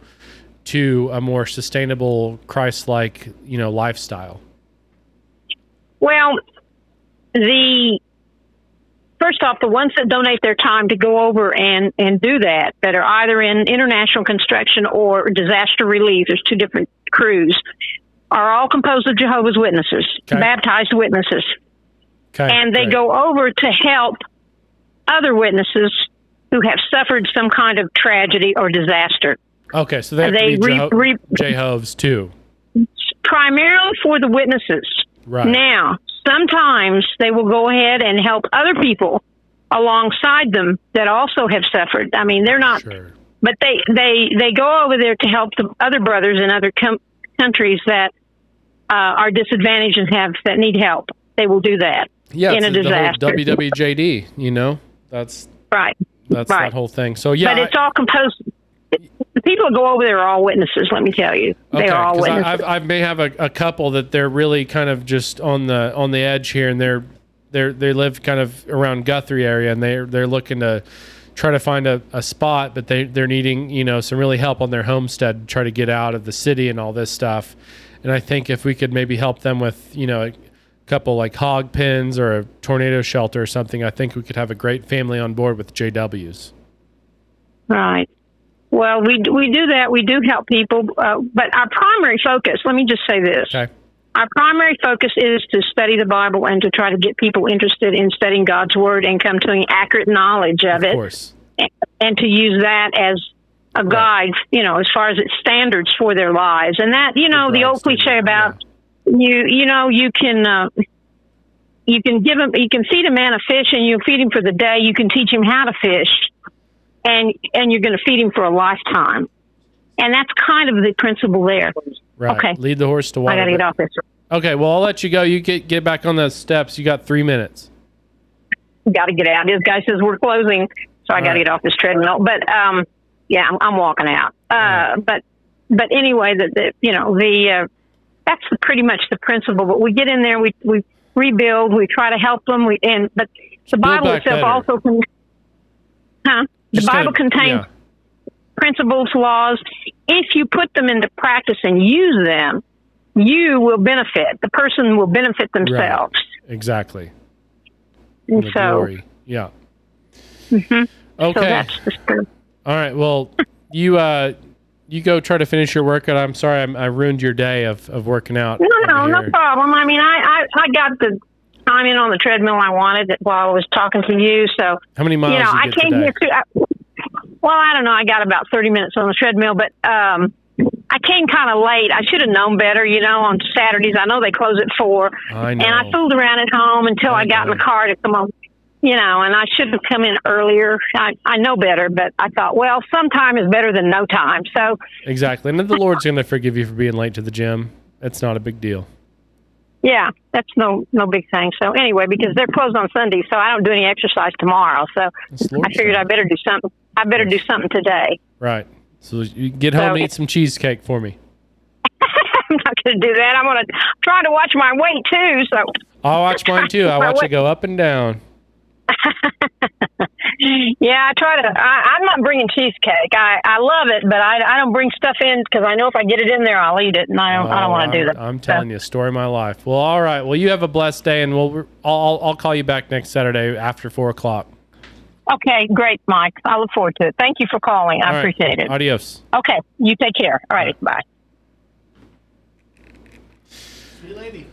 to a more sustainable Christ-like, you know, lifestyle.
Well, the first off, the ones that donate their time to go over and and do that, that are either in international construction or disaster relief. There's two different crews. Are all composed of Jehovah's Witnesses,
Okay.
baptized witnesses,
Okay,
and they
great.
go over to help other witnesses who have suffered some kind of tragedy or disaster.
Okay, so they have
they
to be
re-
Jeho-
re-
Jehovah's too,
primarily for the witnesses.
Right.
Now, sometimes they will go ahead and help other people alongside them that also have suffered. I mean, they're not,
Sure.
but they they they go over there to help the other brothers in other com- countries that uh, are disadvantaged and have that need help. They will do that.
Yeah,
in a
it's the whole E.
disaster.
WWJD. You know, that's
Right.
that's
Right.
that whole thing. So yeah,
but it's all composed. The people that go over there are all witnesses. Let me tell you, they are all
'cause
witnesses.
I, I've, I may have a, a couple that they're really kind of just on the on the edge here, and they're they're they live kind of around Guthrie area, and they're they're looking to try to find a, a spot, but they they're needing you know some really help on their homestead, to try to get out of the city and all this stuff. And I think if we could maybe help them with you know a couple like hog pens or a tornado shelter or something, I think we could have a great family on board with JWs.
Right. Well, we we do that. We do help people, uh, but our primary focus. Let me just say this:
Okay.
our primary focus is to study the Bible and to try to get people interested in studying God's Word and come to an accurate knowledge of,
Of
it,
course.
and, and to use that as a guide. You know, as far as its standards for their lives, and that you know the
guide
old cliche
standard,
about you you know you can. Uh, you can give him, you can feed a man a fish and you feed him for the day. You can teach him how to fish and and you're going to feed him for a lifetime. And that's kind of the principle there.
Right.
Okay.
Lead the horse to
I
water.
got to get
but-
off this.
Okay, well, I'll let you go. You get get back on those steps. You got three minutes.
Got to get out. This guy says we're closing, so I got to
right.
get off this treadmill. But um, yeah, I'm, I'm walking out. Uh, But but anyway, the, the you know the uh, that's the, pretty much the principle. But we get in there, we we rebuild, we try to help them. We and but the Bible
back
itself
better.
also con- huh? The
Just
Bible
kinda-
contains
yeah.
principles, laws, if you put them into practice and use them, you will benefit. The person will benefit themselves.
Exactly.
And
The
so, Mm-hmm.
glory. Yeah.
so
Okay.
that's the story.
All right. Well, you uh, you go try to finish your workout. I'm sorry, I'm, I ruined your day of, of working out.
No, no,
over
no
here.
problem. I mean, I, I, I got the time in on the treadmill I wanted while I was talking to you. So,
How many miles
you know,
you
I
get
came
today?
here too. I, well, I don't know. I got about 30 minutes on the treadmill, but um, I came kind of late. I should have known better, you know, on Saturdays. I know they close at 4.
I know.
And I fooled around at home until I,
I
got in
know.
the car to come on. You know, and I should have come in earlier. I, I know better, but I thought, well, some time is better than no time. So,
exactly. And then the Lord's going to forgive you for being late to the gym. That's not a big deal.
yeah, that's no no big thing. So anyway, because they're closed on Sunday, so I don't do any exercise tomorrow. So
It's the Lord's
I figured I
time.
better do something. I better do something today.
Right. So you get home
So-
and eat some cheesecake for me.
I'm not going to do that. I'm going to try to watch my weight too. So
I'll watch mine too. I
My
watch
wa-
it go up and down.
yeah, I try to. I, I'm not bringing cheesecake. I I love it, but I I don't bring stuff in because I know if I get it in there, I'll eat it, and I don't I don't
Oh,
want to do
I'm-
that.
I'm telling you, story of my life. Well, all right. Well, you have a blessed day, and we'll I'll, I'll- I'll call you back next Saturday after four o'clock.
Okay, great, Mike. I look forward to it. Thank you for calling. I
All right.
appreciate it.
Adios.
Okay, you take care. All right, bye.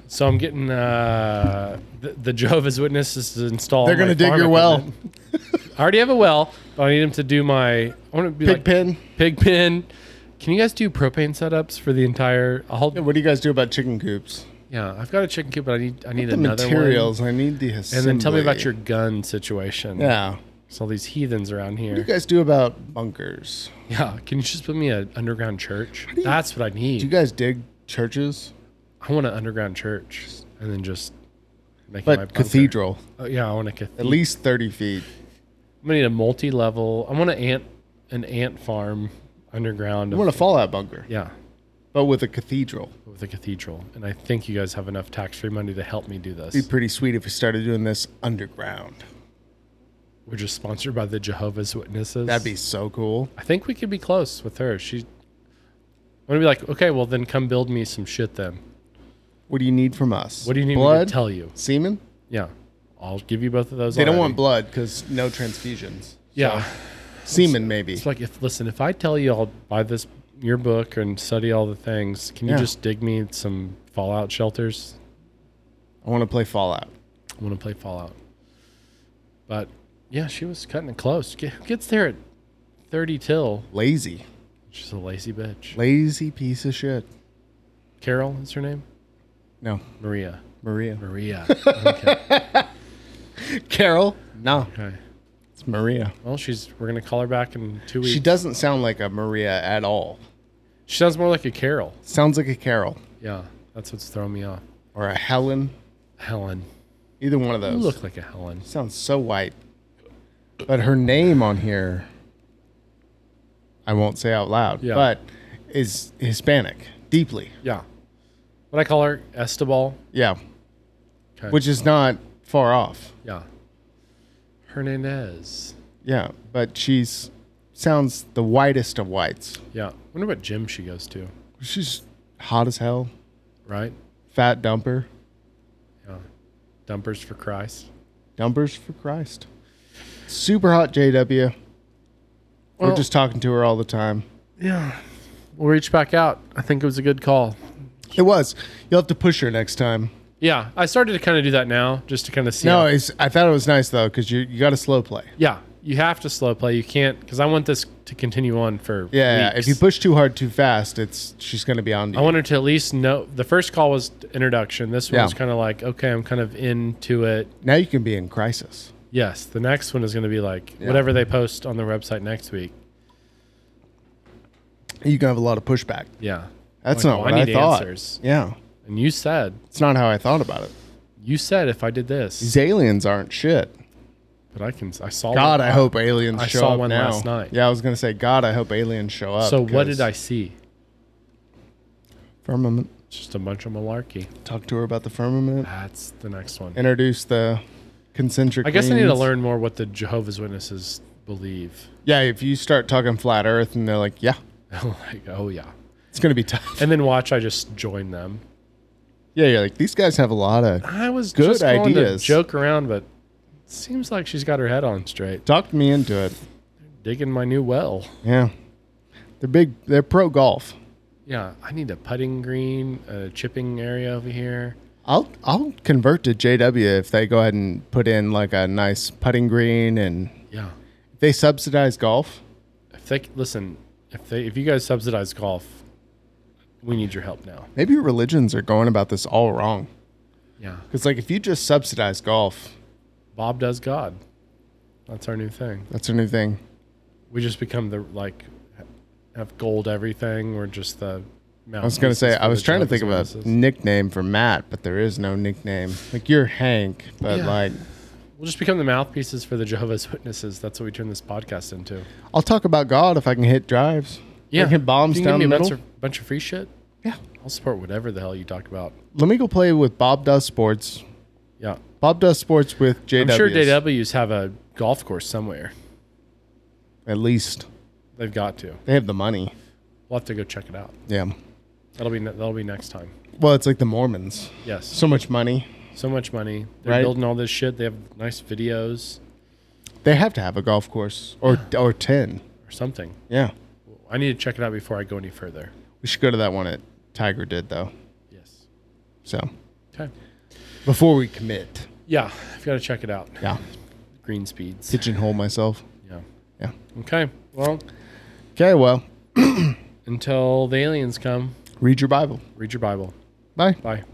So I'm getting uh, the, the Jehovah's Witnesses to install.
They're
my
gonna dig
farm
your well.
equipment. I already have a well, but I need them to do my. I want to be
Pig
like
pen.
pig pen. Can you guys do propane setups for the entire? I'll,
What do you guys do about chicken coops?
yeah, I've got a chicken coop, but I need I need
The
another
materials. I need the
one.
assembly.
And then tell me about your gun situation.
Yeah.
So all these heathens around
What
here.
do you guys do about bunkers?
Yeah, can you just put me an underground church? That's what I need.
Do you guys dig churches?
I want an underground church, and then just make it my
But
bunker.
cathedral,
Oh, yeah, I want a cathedral.
at least 30 feet.
I'm gonna need a multi-level. I want an ant, an ant farm underground.
I
of-
want a fallout bunker,
yeah,
but with a cathedral.
with a cathedral. And I think you guys have enough tax-free money to help me do this.
It'd be pretty sweet if we started doing this underground.
We're just sponsored by the Jehovah's Witnesses.
That'd be so cool.
I think we could be close with her. She. I'm gonna be like, okay, well then come build me some shit then.
What do you need from us?
What do you need me
blood,
to tell you?
Semen?
Yeah, I'll give you both of those.
They don't
already.
want blood because no transfusions.
Yeah.
Semen, maybe.
It's like if listen, if I tell you I'll buy this your book and study all the things, can you
Yeah.
just dig me some Fallout shelters?
I want to play Fallout.
I want to play Fallout. But yeah, she was cutting it close. Get, who gets there at thirty till?
Lazy.
She's a lazy bitch.
Lazy piece of shit.
Carol is her name.
No,
Maria.
Maria.
Maria. Okay.
Carol? No,
okay.
it's Maria.
Well, she's. We're gonna call her back in two weeks.
She doesn't sound like a Maria at all.
She sounds more like a Carol.
Sounds like a Carol
Yeah, that's what's throwing me off.
or a Helen.
Helen.
Either one of
You
those.
look like a Helen.
Sounds so white. But her name on here, I won't say out loud,
Yeah.
but is Hispanic deeply.
Yeah. What I call her Estebal.
Yeah.
Okay.
Which is not far off.
Yeah. Hernandez.
Yeah. But she's sounds the whitest of whites.
Yeah. Wonder what gym she goes to,
She's hot as hell.
right?
Fat dumper.
Yeah. Dumpers for Christ.
Dumpers for Christ. Super hot JW. We're
Well-
just talking to her all the time.
Yeah. We'll reach back out. I think it was a good call.
It was. You'll have to push her next time.
Yeah. I started to kind of do that now just to kind of see.
No,
how-
it's, I thought it was nice though because you you got a slow play.
yeah. You have to slow play. You can't, because I want this to continue on for.
Yeah,
weeks.
if you push too hard too fast, it's she's gonna be on to
I
you.
wanted to at least know. The first call was introduction. This one
Yeah.
was kind of like, okay, I'm kind of into it.
now you can be in crisis.
Yes. The next one is going to be like whatever they post on their website next week.
You can have a lot of pushback.
Yeah.
That's
Like,
not
well,
what
I
I,
need
thought.
answers.
Yeah,
And you said,
it's not how I thought about it.
you said if I did this,
These aliens aren't shit.
but I can, I saw.
God,
one.
I hope aliens
I
show
saw
up
one
now.
last night.
Yeah, I was gonna say, God, I hope aliens show up.
So what
'cause-
did I see?
Firmament.
It's Just a bunch of malarkey.
Talk to her about the firmament.
That's the next one.
Introduce the concentric.
I guess I need to
rings.
learn more what the Jehovah's Witnesses believe.
Yeah, if you start talking flat Earth and they're like, yeah,
like, oh yeah.
it's gonna be tough.
And then watch, I just join them.
Yeah, you're like these guys have a lot of.
I was
Good
just going
ideas.
to joke around, but it seems like she's got her head on straight.
Talked me into it.
Digging my new well.
Yeah, they're big. They're pro golf.
Yeah, I need a putting green, a chipping area over here.
I'll I'll convert to JW if they go ahead and put in like a nice putting green and
Yeah.
if they subsidize golf.
If they listen, if they if you guys subsidize golf, we need your help now.
Maybe religions are going about this all wrong.
Yeah.
Because like if you just subsidize golf,
Bob does God. That's our new thing.
that's a new thing.
We just become the like have gold everything. We're just the
I was gonna say I was trying to think of a
We'll
nickname for Matt, but there is no nickname. Like you're Hank, but
Yeah.
like
just become the mouthpieces for the Jehovah's Witnesses. That's what we turn this podcast into.
I'll talk about God if I can hit drives. I can hit bombs
You can give
down
me
the
a
middle.
bunch of, bunch of free shit.
yeah.
I'll support whatever the hell you talk about.
Let me go play with Bob Does Sports.
Yeah,
Bob Does Sports with JW.
I'm sure JWs have a golf course somewhere.
At least
They've got to.
they have the money.
We'll have to go check it out.
Yeah.
That'll be ne- that'll be next time.
Well, it's like the Mormons.
Yes.
So much money.
so much money. They're
Right.
building all this shit. They have nice videos
They have to have a golf course or or ten.
or something.
Yeah.
I need to check it out before I go any further.
We should go to that one at Tiger did though.
Yes.
So
Okay.
before we commit.
Yeah, I've got to check it out.
Yeah.
Green speeds.
Pigeonhole myself.
Yeah.
Yeah.
Okay. Well,
Okay, well,
until the aliens come,
read your Bible.
read your Bible.
Bye.
Bye.